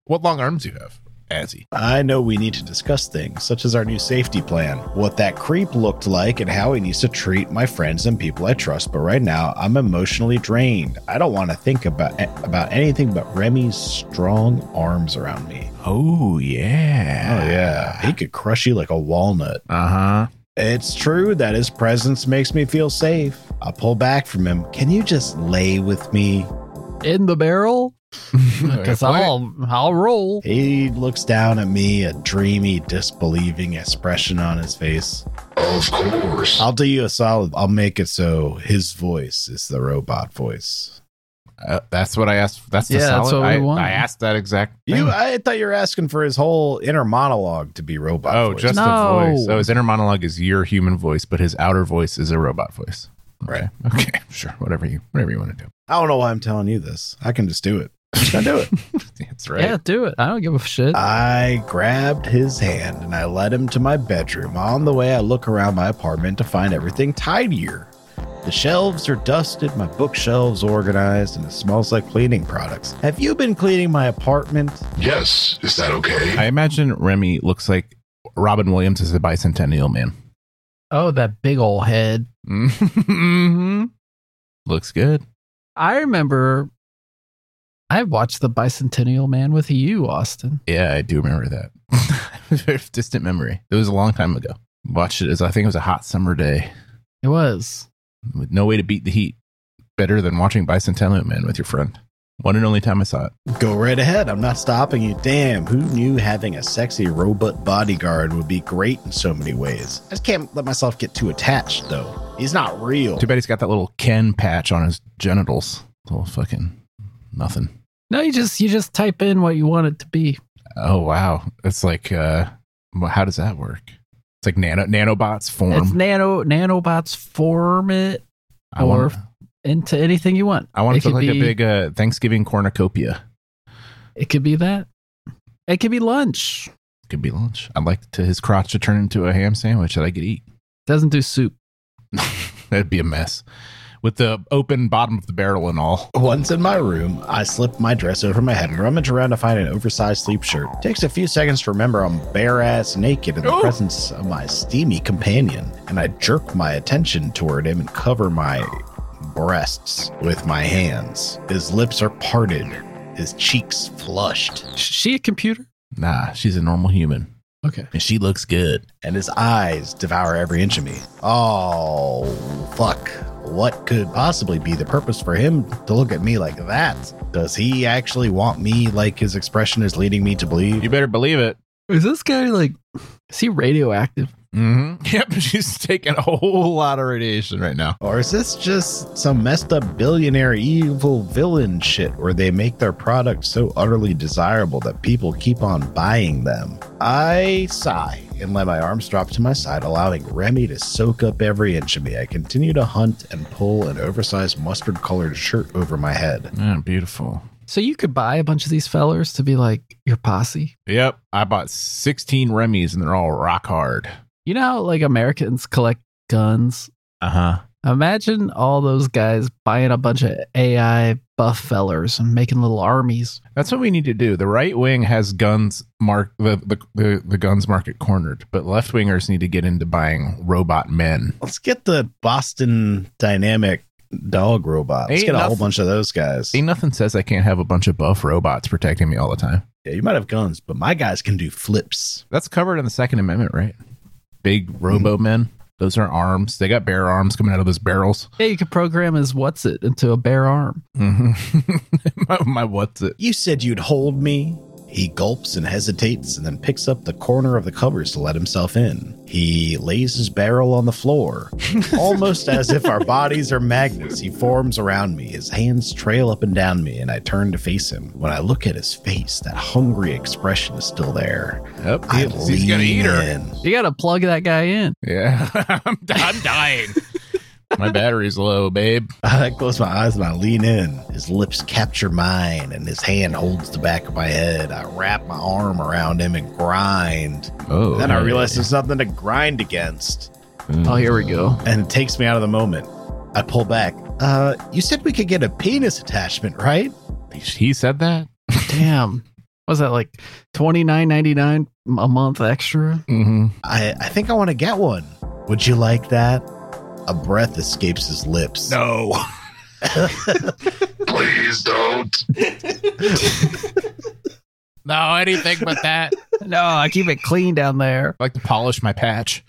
S1: What long arms do you have, Azzy?
S3: I know we need to discuss things such as our new safety plan, what that creep looked like, and how he needs to treat my friends and people I trust. But right now, I'm emotionally drained. I don't want to think about eh, about anything but Remy's strong arms around me.
S1: Oh yeah.
S3: Oh yeah, he could crush you like a walnut.
S1: Uh
S4: Uh-huh.
S1: huh.
S3: It's true that his presence makes me feel safe. I pull back from him. Can you just lay with me?
S4: In the barrel? Because I'll, I'll roll.
S3: He looks down at me, a dreamy, disbelieving expression on his face.
S5: Of course.
S3: I'll do you a solid. I'll make it so his voice is the robot voice.
S1: Uh, that's what I asked. That's the
S4: Yeah,
S1: solid.
S4: that's what we
S1: I,
S4: want.
S1: I asked that exact.
S3: You,
S1: thing.
S3: I thought you were asking for his whole inner monologue to be robot.
S1: oh,
S3: voice.
S1: just
S4: No.
S1: the voice. Oh, his inner monologue is your human voice, but his outer voice is a robot voice. Okay. Okay. Sure. Whatever you whatever you want to do.
S3: I don't know why I'm telling you this. I can just do it. Just gonna do it.
S1: That's right. Uh,
S4: Yeah, do it. I don't give a shit.
S3: I grabbed his hand and I led him to my bedroom. On the way, I look around my apartment to find everything tidier. The shelves are dusted, my bookshelves organized, and it smells like cleaning products. Have you been cleaning my apartment?
S5: Yes. Is that okay?
S1: I imagine Remy looks like Robin Williams is the bicentennial man.
S4: oh, that big old head.
S1: Mm-hmm. Looks good.
S4: I remember I watched the Bicentennial Man with you, Austin.
S1: Yeah, I do remember that. Distant memory. It was a long time ago. Watched it as I think it was a hot summer day
S4: It was.
S1: with no way to beat the heat. Better than watching Bicentennial Man with your friend. One and only time I saw it.
S3: Go right ahead. I'm not stopping you. Damn, who knew having a sexy robot bodyguard would be great in so many ways? I just can't let myself get too attached, though. He's not real.
S1: Too bad he's got that little Ken patch on his genitals. Little fucking nothing.
S4: No, you just you just type in what you want it to be.
S1: Oh wow, it's like uh, well, how does that work? It's like nano nanobots
S4: It's
S1: form.
S4: nano nanobots form it
S1: I want
S4: or- into anything you want.
S1: I want it to
S4: could
S1: look like
S4: be-
S1: a big uh, Thanksgiving cornucopia.
S4: It could be that. It could be lunch.
S1: Could be lunch. I'd like to his crotch to turn into a ham sandwich that I could eat.
S4: Doesn't do soup.
S1: That'd be a mess with the open bottom of the barrel and all.
S3: Once in my room, I slip my dress over my head and rummage around to find an oversized sleep shirt. Takes a few seconds to remember I'm bare ass naked in the
S1: Oh.
S3: presence of my steamy companion, and I jerk my attention toward him and cover my breasts with my hands. His lips are parted, his cheeks flushed,
S4: Is she a computer?
S1: Nah, she's a normal human
S4: Okay.
S1: and she looks good.
S3: and his eyes devour every inch of me. Oh, fuck. What could possibly be the purpose for him to look at me like that? Does he actually want me like his expression is leading me to believe?
S1: You better believe it.
S4: Is this guy like is he radioactive?
S1: Mm-hmm. Yep, she's taking a whole lot of radiation right now.
S3: Or is this just some messed up billionaire evil villain shit where they make their product so utterly desirable that people keep on buying them? I sigh and let my arms drop to my side, allowing Remy to soak up every inch of me. I continue to hunt and pull an oversized mustard colored shirt over my head.
S1: Yeah, beautiful.
S4: So you could buy a bunch of these fellers to be like your posse.
S1: Yep. I bought 16 Remy's and they're all rock hard.
S4: You know how like Americans collect guns?
S1: Uh huh.
S4: Imagine all those guys buying a bunch of AI buff fellers and making little armies.
S1: That's what we need to do. The right wing has guns mark the, the, the, the guns market cornered, but left wingers need to get into buying robot men.
S3: Let's get the Boston Dynamic dog robot. Let's
S1: Ain't
S3: get a whole
S1: nothing-
S3: bunch of those guys.
S1: See, nothing says I can't have a bunch of buff robots protecting me all the time.
S3: Yeah, you might have guns, but my guys can do flips.
S1: That's covered in the Second Amendment, right? Big robo men. Those are arms. They got bare arms coming out of those barrels.
S4: Yeah, you could program his what's it into a bare arm.
S1: hmm my, my what's it?
S3: You said you'd hold me. He gulps and hesitates and then picks up the corner of the covers to let himself in. He lays his barrel on the floor. Almost as if our bodies are magnets, he forms around me. His hands trail up and down me, and I turn to face him. When I look at his face, that hungry expression is still there.
S1: Yep.
S3: I
S1: he's gonna
S3: lean
S1: eat her.
S3: in.
S4: You got to plug that guy in.
S1: Yeah. I'm, I'm dying. My battery's low, babe.
S3: I close my eyes and I lean in. His lips capture mine, and his hand holds the back of my head. I wrap my arm around him and grind.
S1: Oh.
S3: Then I
S1: hey.
S3: realize there's nothing to grind against,
S1: Mm.
S4: Oh, here we go.
S3: and it takes me out of the moment. I pull back. Uh, you said we could get a penis attachment, right?
S1: He said that?
S4: Damn. Was that like twenty nine ninety nine a month extra?
S1: Mm-hmm.
S3: I, I think I want to get one. Would you like that? A breath escapes his lips.
S1: No.
S5: Please don't.
S1: No, anything but that.
S4: No, I keep it clean down there.
S1: I like to polish my patch.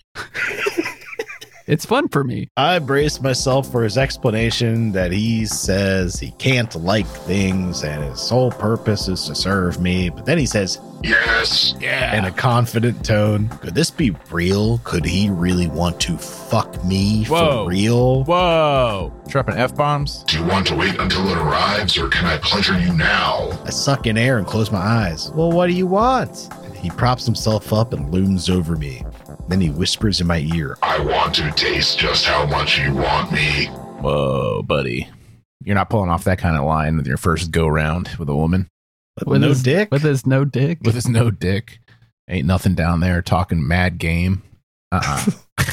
S4: It's fun for me.
S3: I braced myself for his explanation that he says he can't like things and his sole purpose is to serve me. But then he says,
S5: Yes.
S1: Yeah.
S3: in a confident tone, Could this be real? Could he really want to fuck me
S1: Whoa.
S3: for real?
S1: Whoa. Dropping F bombs.
S5: Do you want to wait until it arrives or can I pleasure you now?
S3: I suck in air and close my eyes. Well, what do you want? He props himself up and looms over me. Then he whispers in my ear,
S5: I want to taste just how much you want me.
S1: Whoa, buddy. You're not pulling off that kind of line with your first go round with a woman
S3: With,
S4: With
S3: no
S4: his-
S3: dick?
S4: But there's no dick.
S1: with his no dick. Ain't nothing down there talking mad game. Uh uh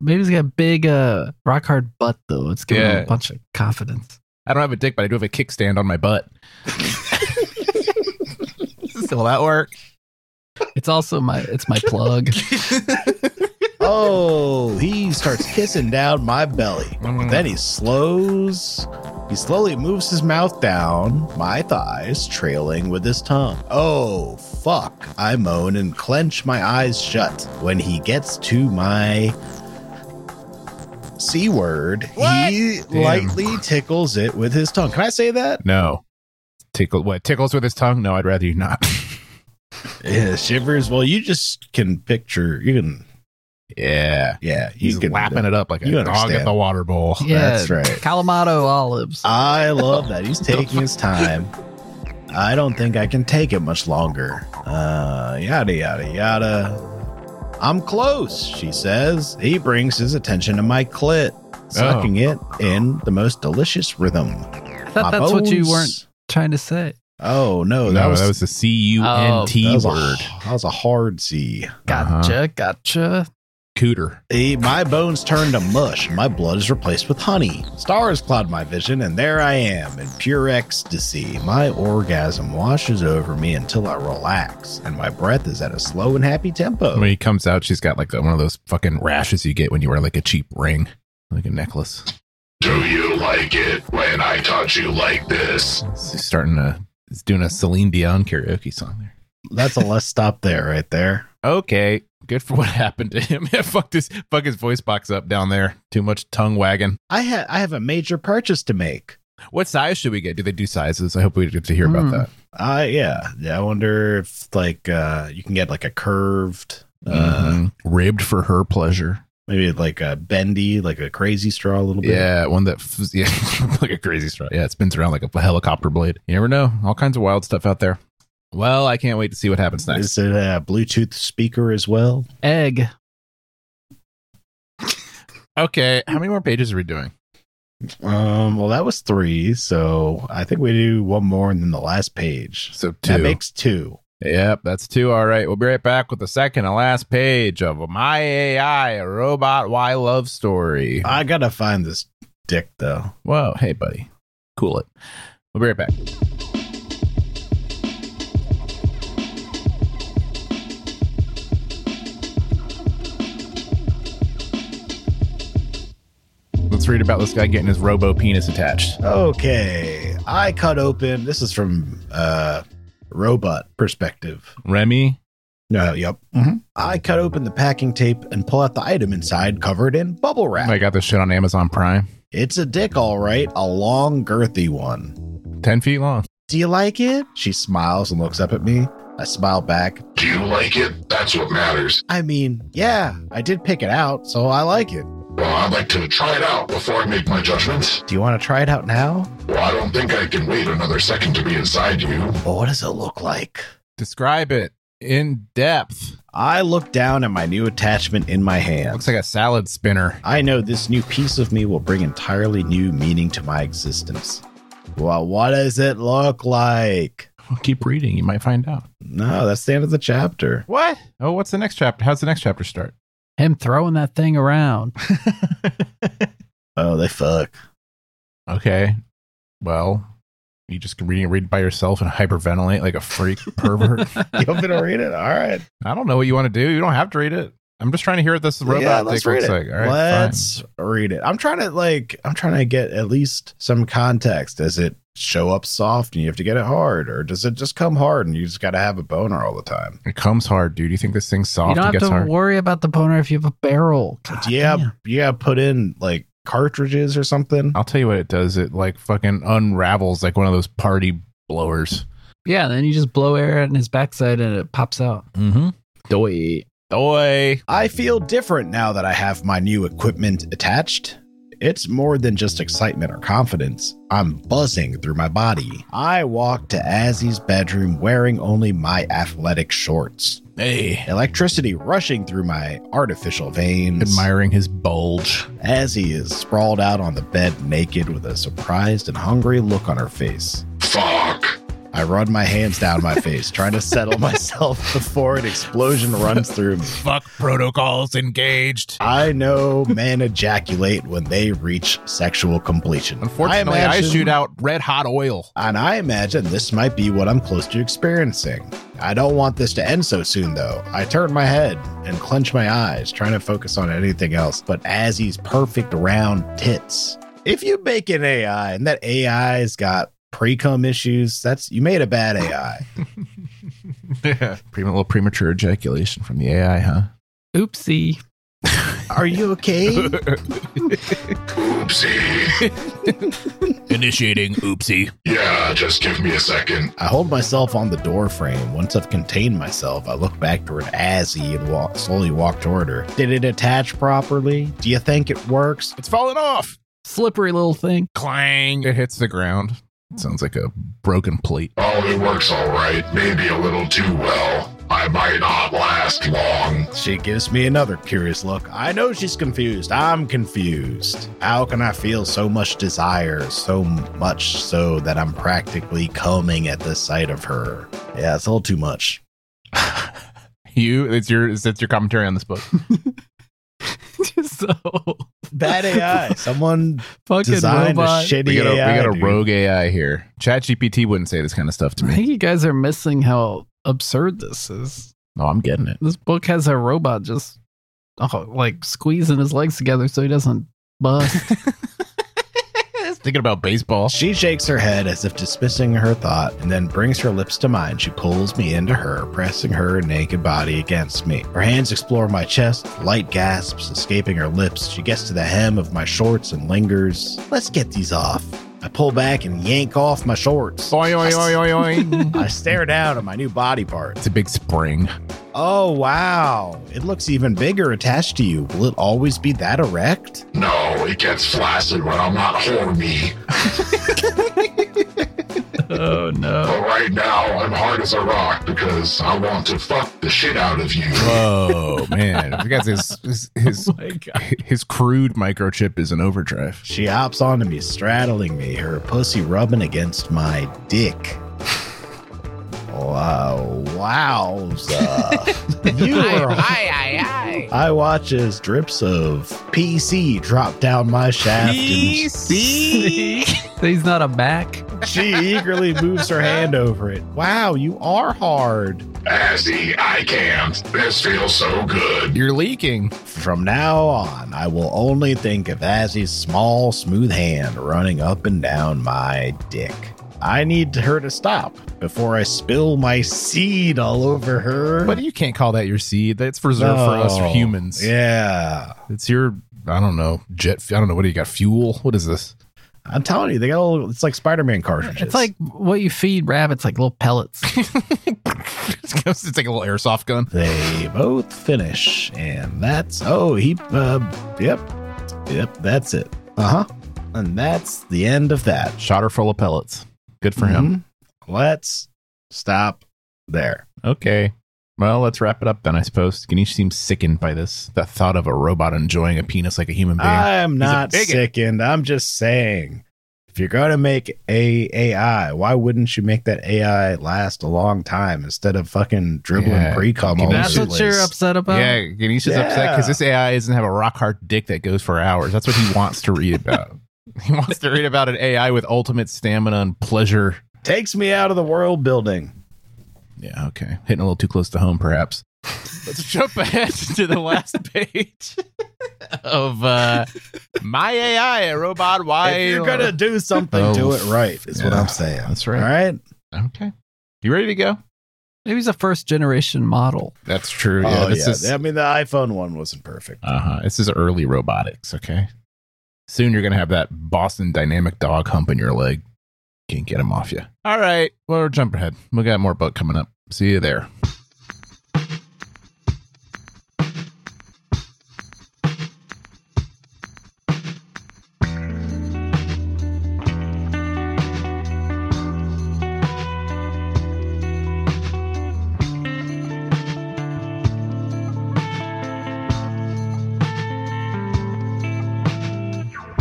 S4: Maybe he's got a big uh rock hard butt though. It's giving him
S1: Yeah.
S4: a bunch of confidence.
S1: I don't have a dick, but I do have a kickstand on my butt. Still that work?
S4: It's also my it's my plug.
S3: oh, he starts kissing down my belly. Then he slows. He slowly moves his mouth down my thighs, trailing with his tongue. Oh, fuck. I moan and clench my eyes shut. When he gets to my C word, he
S1: Damn.
S3: lightly tickles it with his tongue. Can I say that?
S1: No. Tickle what tickles with his tongue? No, I'd rather you not.
S3: Yeah, shivers. Well, you just can picture, you can,
S1: yeah.
S3: yeah, you
S1: He's
S3: can
S1: lapping it up like a
S3: you
S1: dog
S3: understand.
S1: at the water bowl.
S4: Yeah,
S3: That's right. Uh,
S4: Kalamata olives.
S3: I love that. He's taking his time. I don't think I can take it much longer. Uh, yada, yada, yada. I'm close, she says. He brings his attention to my clit, sucking
S1: Oh.
S3: it in the most delicious rhythm.
S4: I thought that's what you weren't trying to say.
S3: Oh, no.
S1: No,
S3: That was, Oh,
S1: a C U N
S3: that
S1: T
S3: was a-
S1: word.
S3: that was a hard C.
S4: Gotcha, gotcha.
S1: Cooter.
S3: He- Eh, my bones turn to mush. My blood is replaced with honey. Stars cloud my vision, and there I am in pure ecstasy. My orgasm washes over me until I relax, and my breath is at a slow and happy tempo.
S1: When he comes out, she's got like the, one of those fucking rashes you get when you wear like a cheap ring, like a necklace.
S5: Do you like it when I touch you like this?
S1: She's starting to, he's doing a Celine Dion karaoke song there.
S3: That's a let's stop there, right there.
S1: Okay, good for what happened to him. Yeah, fuck this, fuck his voice box up down there. Too much tongue wagging.
S3: I ha- I have a major purchase to make.
S1: What size should we get? Do they do sizes? I hope we get to hear
S4: Hmm.
S1: about that.
S3: Uh, yeah, yeah. I wonder if like uh, you can get like a curved, uh,
S1: Mhm. Ribbed for her pleasure.
S3: maybe like a bendy, like a crazy straw, a little bit.
S1: Yeah, one that f- yeah, like a crazy straw. Yeah, it spins around like a helicopter blade. You never know. All kinds of wild stuff out there. Well, I can't wait to see what happens next.
S3: Is it a Bluetooth speaker as well?
S4: Egg.
S1: Okay, how many more pages are we doing?
S3: Um, well, that was three, so I think we do one more and then the last page.
S1: So
S3: That
S1: two.
S3: makes two.
S1: Yep, that's two. All right, we'll be right back with the second and last page of My AI, a robot why love story.
S3: I gotta find this dick though.
S1: Whoa, hey, buddy, cool it. We'll be right back. Let's read about this guy getting his robo penis attached.
S3: Okay, I cut open. This is from uh, robot perspective.
S1: Remy,
S3: No, yep. Mhm. I cut open the packing tape and pull out the item inside, covered in bubble wrap.
S1: I got this shit on Amazon Prime.
S3: it's a dick, all right. A long, girthy one.
S1: 10 feet long.
S3: Do you like it? She smiles and looks up at me. I smile back.
S5: Do you like it? That's what matters.
S3: I mean, yeah, I did pick it out, so I like it.
S5: Well, I'd like to try it out before I make my judgments.
S3: Do you want to try it out now?
S5: Well, I don't think I can wait another second to be inside you.
S3: Well, what does it look like?
S1: Describe it in depth.
S3: I look down at my new attachment in my hand.
S1: Looks like a salad spinner.
S3: I know this new piece of me will bring entirely new meaning to my existence. Well, what does it look like?
S1: Keep reading. You might find out.
S3: No, that's the end of the chapter.
S1: What? Oh, what's the next chapter? How's the next chapter start?
S4: Him throwing that thing around.
S3: Oh, they fuck.
S1: okay. Well, you just can read it read by yourself and hyperventilate like a freak pervert.
S3: You want me to read it? All right.
S1: I don't know what you want to do. You don't have to read it. I'm just trying to hear what this robot
S3: Yeah,
S1: dick looks like. All right,
S3: let's read it. I'm trying to like I'm trying to get at least some context. Does it show up soft and you have to get it hard, or does it just come hard and you just got to have a boner all the time?
S1: fine. It comes hard, dude. You think this thing's
S4: You
S1: soft and
S4: don't have
S1: gets
S4: to
S1: hard?
S4: worry about the boner if you have a barrel. God
S3: yeah,
S4: damn.
S3: yeah. Put in like cartridges or something.
S1: I'll tell you what it does. It like fucking unravels like one of those party blowers.
S4: Yeah, then you just blow air in his backside and it pops out.
S1: Mm-hmm.
S4: Doi.
S1: Oi.
S3: I feel different now that I have my new equipment attached. It's more than just excitement or confidence. I'm buzzing through my body. I walk to Azzy's bedroom wearing only my athletic shorts.
S1: Hey.
S3: Electricity rushing through my artificial veins.
S1: Admiring his bulge.
S3: Azzy is sprawled out on the bed naked with a surprised and hungry look on her face.
S5: Fuck.
S3: I run my hands down my face, trying to settle myself before an explosion runs through me.
S1: Fuck protocols engaged.
S3: I know men ejaculate when they reach sexual completion.
S1: Unfortunately, I, shoot out red hot oil.
S3: And I imagine this might be what I'm close to experiencing. I don't want this to end so soon, though. I turn my head and clench my eyes, trying to focus on anything else but Azzy's perfect round tits. If you make an AI and that AI's got pre-cum issues, that's you made a bad AI.
S1: yeah. Prema- little premature ejaculation from the AI, huh?
S4: Oopsie.
S3: Are you okay?
S5: Oopsie.
S1: Initiating oopsie.
S5: Yeah, just give me a second.
S3: I hold myself on the door frame. Once I've contained myself, I look back toward Azzy and walk, slowly walk toward her. Did it attach properly? Do you think it works?
S1: It's falling off.
S4: Slippery little thing.
S1: Clang. It hits the ground. sounds like a broken plate.
S5: Oh, it works all right. Maybe a little too well. I might not last long.
S3: She gives me another curious look. I know she's confused. I'm confused. How can I feel so much desire, so much so that I'm practically coming at the sight of her? Yeah, it's a little too much.
S1: You, it's your, it's, it's your commentary on this book.
S4: just so
S3: Bad AI. Someone
S4: fucking
S3: designed a
S4: robot.
S3: shitty
S1: We got a,
S3: AI.
S1: we got a
S3: dude.
S1: rogue AI here. ChatGPT wouldn't say this kind of stuff to
S4: I
S1: me.
S4: think you guys are missing how absurd this is.
S1: No, I'm getting it.
S4: This book has a robot just oh, like squeezing his legs together so he doesn't bust.
S1: Thinking about baseball.
S3: She shakes her head as if dismissing her thought and then brings her lips to mine. She pulls me into her, pressing her naked body against me. Her hands explore my chest, light gasps escaping her lips. She gets to the hem of my shorts and lingers. Let's get these off. I pull back and yank off my shorts.
S1: Oi, oi, oi, oi, oi.
S3: I stare down at my new body part.
S1: it's a big spring.
S3: Oh, wow. It looks even bigger attached to you. Will it always be that erect?
S5: No, it gets flaccid when I'm not horny.
S4: oh no.
S5: But right now, I'm hard as a rock because I want to fuck the shit out of you.
S1: Whoa, man! I guess his his his,
S4: Oh my god.
S1: his crude microchip is an overdrive.
S3: She hops onto me, straddling me, her pussy rubbing against my dick. Wow, wowza. you are. I watch as drips of PC drop down my shaft,
S1: E
S3: and
S4: He's not a Mac.
S3: she eagerly moves her hand over it. Wow, you are hard.
S5: Azzy, I can't. This feels so good.
S1: You're leaking.
S3: From now on, I will only think of Azzy's small, smooth hand running up and down my dick. I need her to stop before I spill my seed all over her.
S1: But you can't call that your seed. That's reserved for
S3: No.
S1: us humans.
S3: Yeah.
S1: It's your I don't know jet. I don't know what do you got? Fuel? What is this?
S3: I'm telling you, they got all it's like Spider-Man cartridges.
S4: It's like what you feed rabbits, like little pellets.
S1: it's like a little airsoft gun.
S3: they both finish, and that's oh he uh, yep yep that's it. Uh huh. And that's the end of that.
S1: Shot her full of pellets. Good for him.
S3: Mhm. Let's stop there.
S1: Okay. Well, let's wrap it up then, I suppose. Ganesh seems sickened by this. The thought of a robot enjoying a penis like a human being.
S3: I'm
S1: He's a
S3: not
S1: bigot.
S3: sickened. I'm just saying, if you're gonna make a AI, why wouldn't you make that AI last a long time instead of fucking dribbling
S1: Yeah.
S3: pre-cum all
S4: That's
S3: over the
S4: what you're
S3: place?
S4: upset about.
S1: yeah, Ganesh is upset because this AI doesn't have a rock hard dick that goes for hours. That's what he wants to read about. he wants to read about an AI with ultimate stamina and pleasure.
S3: Takes me out of the world building.
S1: Yeah, okay. Hitting a little too close to home, perhaps. Let's jump ahead to the last page of uh, My AI, a robot. Why?
S3: if you're gonna do something,
S1: uh, Oh,
S3: do it right. Is what
S1: yeah.
S3: I'm saying.
S1: That's right.
S3: All right.
S1: Okay. You ready to go?
S4: Maybe he's a first generation model.
S1: That's true.
S3: oh yeah. I mean, the iPhone one wasn't perfect.
S1: Uh huh. This is early robotics. Okay. Soon you're gonna have that Boston dynamic dog hump in your leg. Can't get him off you. All right. Well, we're jumping ahead. We got more book coming up. See you there.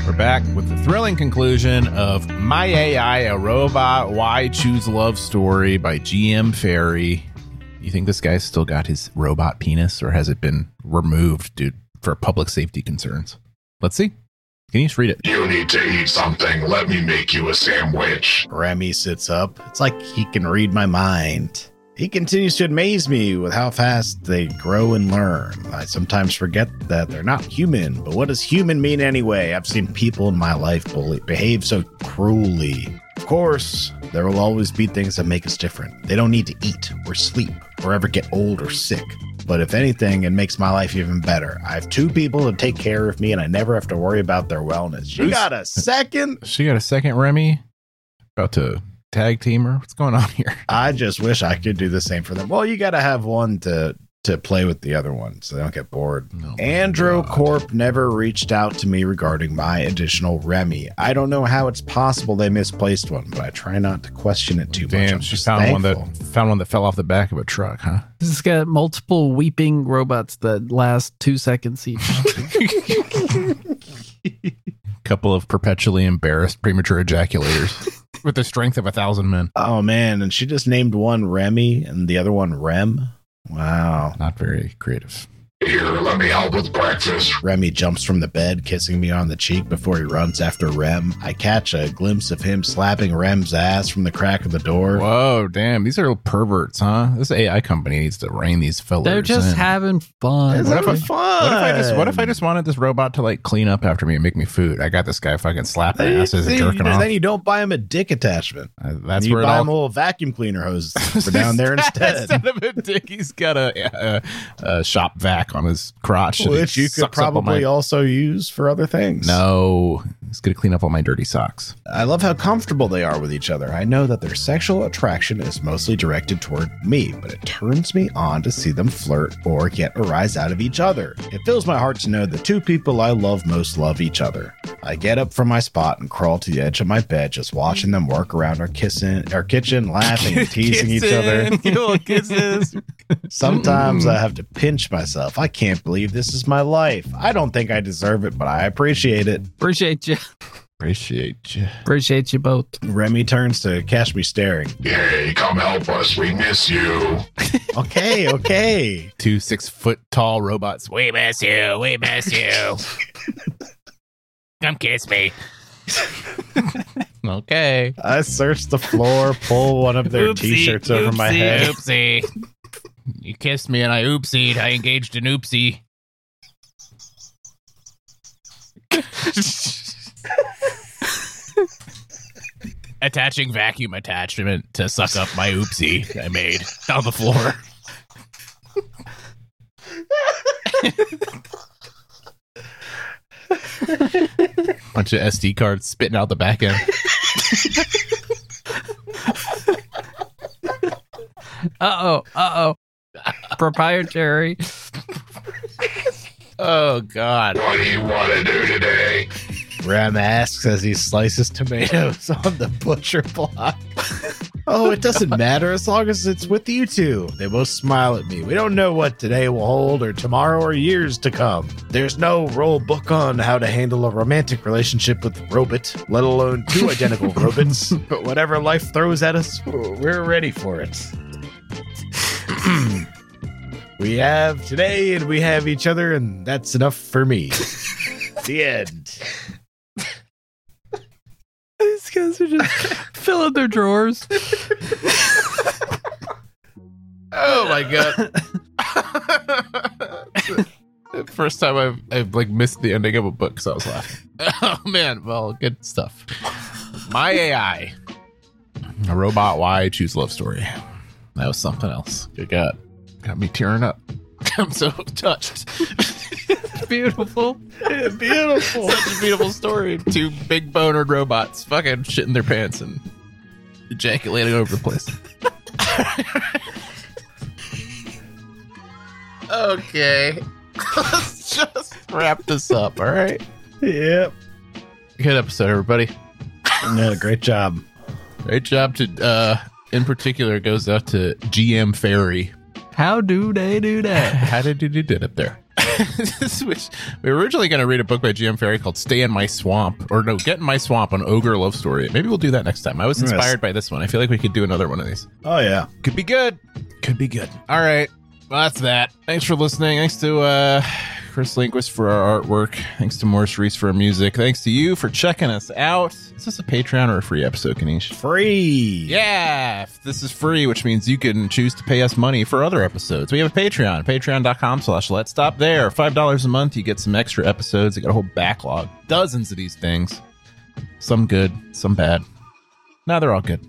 S1: We're back with the thrilling conclusion of My AI, a Robot, Why Choose Love Story by GM Ferry. You think this guy's still got his robot penis or has it been removed due for public safety concerns? Let's see. Can you just read it?
S5: You need to eat something. Let me make you a sandwich.
S3: Remy sits up. It's like he can read my mind. He continues to amaze me with how fast they grow and learn. I sometimes forget that they're not human, but what does human mean anyway? I've seen people in my life bully, behave so cruelly. Of course, there will always be things that make us different. They don't need to eat or sleep or ever get old or sick. But if anything, it makes my life even better. I have two people to take care of me, and I never have to worry about their wellness. You
S1: Who's-
S3: got a second?
S1: She got a second Remy. About to tag team her. What's going on here?
S3: I just wish I could do the same for them. Well, you got to have one to to play with the other one so they don't get bored.
S1: No,
S3: Andro Corp never reached out to me regarding my additional Remy. I don't know how it's possible they misplaced one, but I try not to question it too much.
S1: Damn,
S3: I'm
S1: she
S3: just
S1: found one
S3: thankful.
S1: that found one that fell off the back of a truck, huh?
S4: He's got multiple weeping robots that last two seconds each.
S1: Couple of perpetually embarrassed premature ejaculators with the strength of a thousand men.
S3: Oh man, and she just named one Remy and the other one Rem. Wow.
S1: Not very creative.
S5: Here, let me help with breakfast.
S3: Remy jumps from the bed, kissing me on the cheek before he runs after Rem. I catch a glimpse of him slapping Rem's ass from the crack of the door.
S1: Whoa, damn! These are perverts, huh? This AI company needs to rein these fellas.
S4: They're just
S1: in.
S4: having fun.
S1: What if I-
S3: fun?
S1: What if I just What if I just wanted this robot to like clean up after me and make me food? I got this guy fucking slapping
S3: Then you,
S1: asses and
S3: then, you,
S1: jerking
S3: then
S1: off.
S3: you don't buy him a dick attachment.
S1: Uh, That's
S3: you
S1: where it
S3: buy
S1: all
S3: him a little vacuum cleaner hose for down there instead.
S1: Instead of a dick, he's got a, a, a shop vac on his crotch, and
S3: Which
S1: it
S3: you could
S1: sucks up all
S3: probably
S1: my-
S3: also use for other things.
S1: no, he's gonna clean up all my dirty socks.
S3: I love how comfortable they are with each other. I know that their sexual attraction is mostly directed toward me, but it turns me on to see them flirt or get a rise out of each other. It fills my heart to know the two people I love most love each other. I get up from my spot and crawl to the edge of my bed, just watching them work around our kissing, our kitchen, laughing and teasing each other.
S1: Little kisses.
S3: Sometimes I have to pinch myself. I can't believe this is my life. I don't think I deserve it, but I appreciate it.
S4: Appreciate you.
S1: Appreciate you.
S4: Appreciate you both.
S3: Remy turns to catch me staring.
S5: Yay, come help us. We miss you.
S3: Okay, okay.
S1: Two six foot tall robots. We miss you. We miss you. Come kiss me. okay.
S3: I search the floor, pull one of their
S1: Oopsie,
S3: t-shirts over my
S1: oopsie,
S3: head.
S1: Oopsie. you kissed me and I oopsied. I engaged an oopsie. Attaching vacuum attachment to suck up my oopsie I made on the floor. bunch of SD cards spitting out the back end.
S4: Uh oh. Uh oh. Proprietary.
S1: Oh God!
S5: What do you want to do today?
S3: Rem asks as he slices tomatoes on the butcher block. oh, it doesn't matter as long as it's with you two. They both smile at me. We don't know what today will hold or tomorrow or years to come. There's no rule book on how to handle a romantic relationship with a robot, let alone two identical robots. But whatever life throws at us, we're ready for it. we have today and we have each other, and that's enough for me. the end.
S4: These guys are just filling their drawers.
S1: Oh my God! First time I've I've like missed the ending of a book, so I was laughing. Oh man! Well, good stuff. My AI, a robot. Why choose love story? That was something else. Good God, got me tearing up. I'm so touched.
S4: Beautiful.
S3: Beautiful.
S1: Such a beautiful story. Two big bonered robots fucking shitting their pants and ejaculating over the place. okay. Let's just wrap this up, all right?
S3: Yep.
S1: Good episode, everybody.
S3: Yeah, great job.
S1: Great job to, uh, in particular, goes out to GM Ferry.
S4: How do they do that?
S1: How did you do it up there? This was- we were originally going to read a book by GM Ferry called Stay in My Swamp, or no, Get in My Swamp, an ogre love story. Maybe we'll do that next time. I was
S3: Yes.
S1: inspired by this one. I feel like we could do another one of these.
S3: Oh yeah.
S1: Could be good. Could be good. All right. Well, that's that. Thanks for listening. Thanks to uh, Chris Linquist for our artwork. Thanks to Morris Reese for our music. Thanks to you for checking us out. Is this a Patreon or a free episode, Kanish?
S3: Free.
S1: Yeah, if this is free, which means you can choose to pay us money for other episodes. We have a Patreon, patreon.com slash let's stop there. $5 a month, you get some extra episodes. You got a whole backlog, dozens of these things. Some good, some bad. Now they're all good.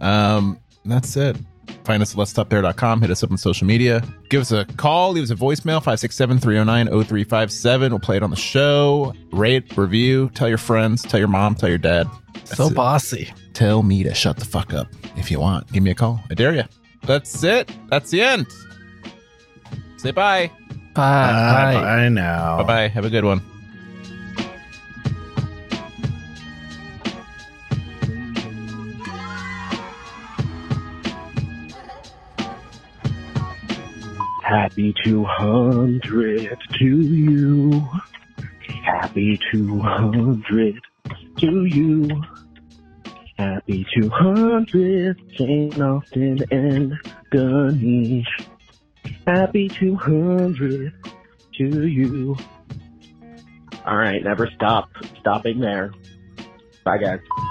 S1: Um, that's it. Find us at let's stop there.com. Hit us up on social media. Give us a call. Leave us a voicemail 567 309 0357. We'll play it on the show. Rate, review, tell your friends, tell your mom, tell your dad. That's
S4: so
S1: it
S4: bossy.
S1: tell me to shut the fuck up if you want. Give me a call. I dare you. That's it. That's the end. Say bye.
S4: Bye. Bye.
S3: I know.
S1: Bye bye. Have a good one.
S6: Happy 200 to you. Happy 200 to you. Happy 200, Jane Austen and Ganesh. Happy 200 to you. All right, never stop. Stopping there. Bye, guys.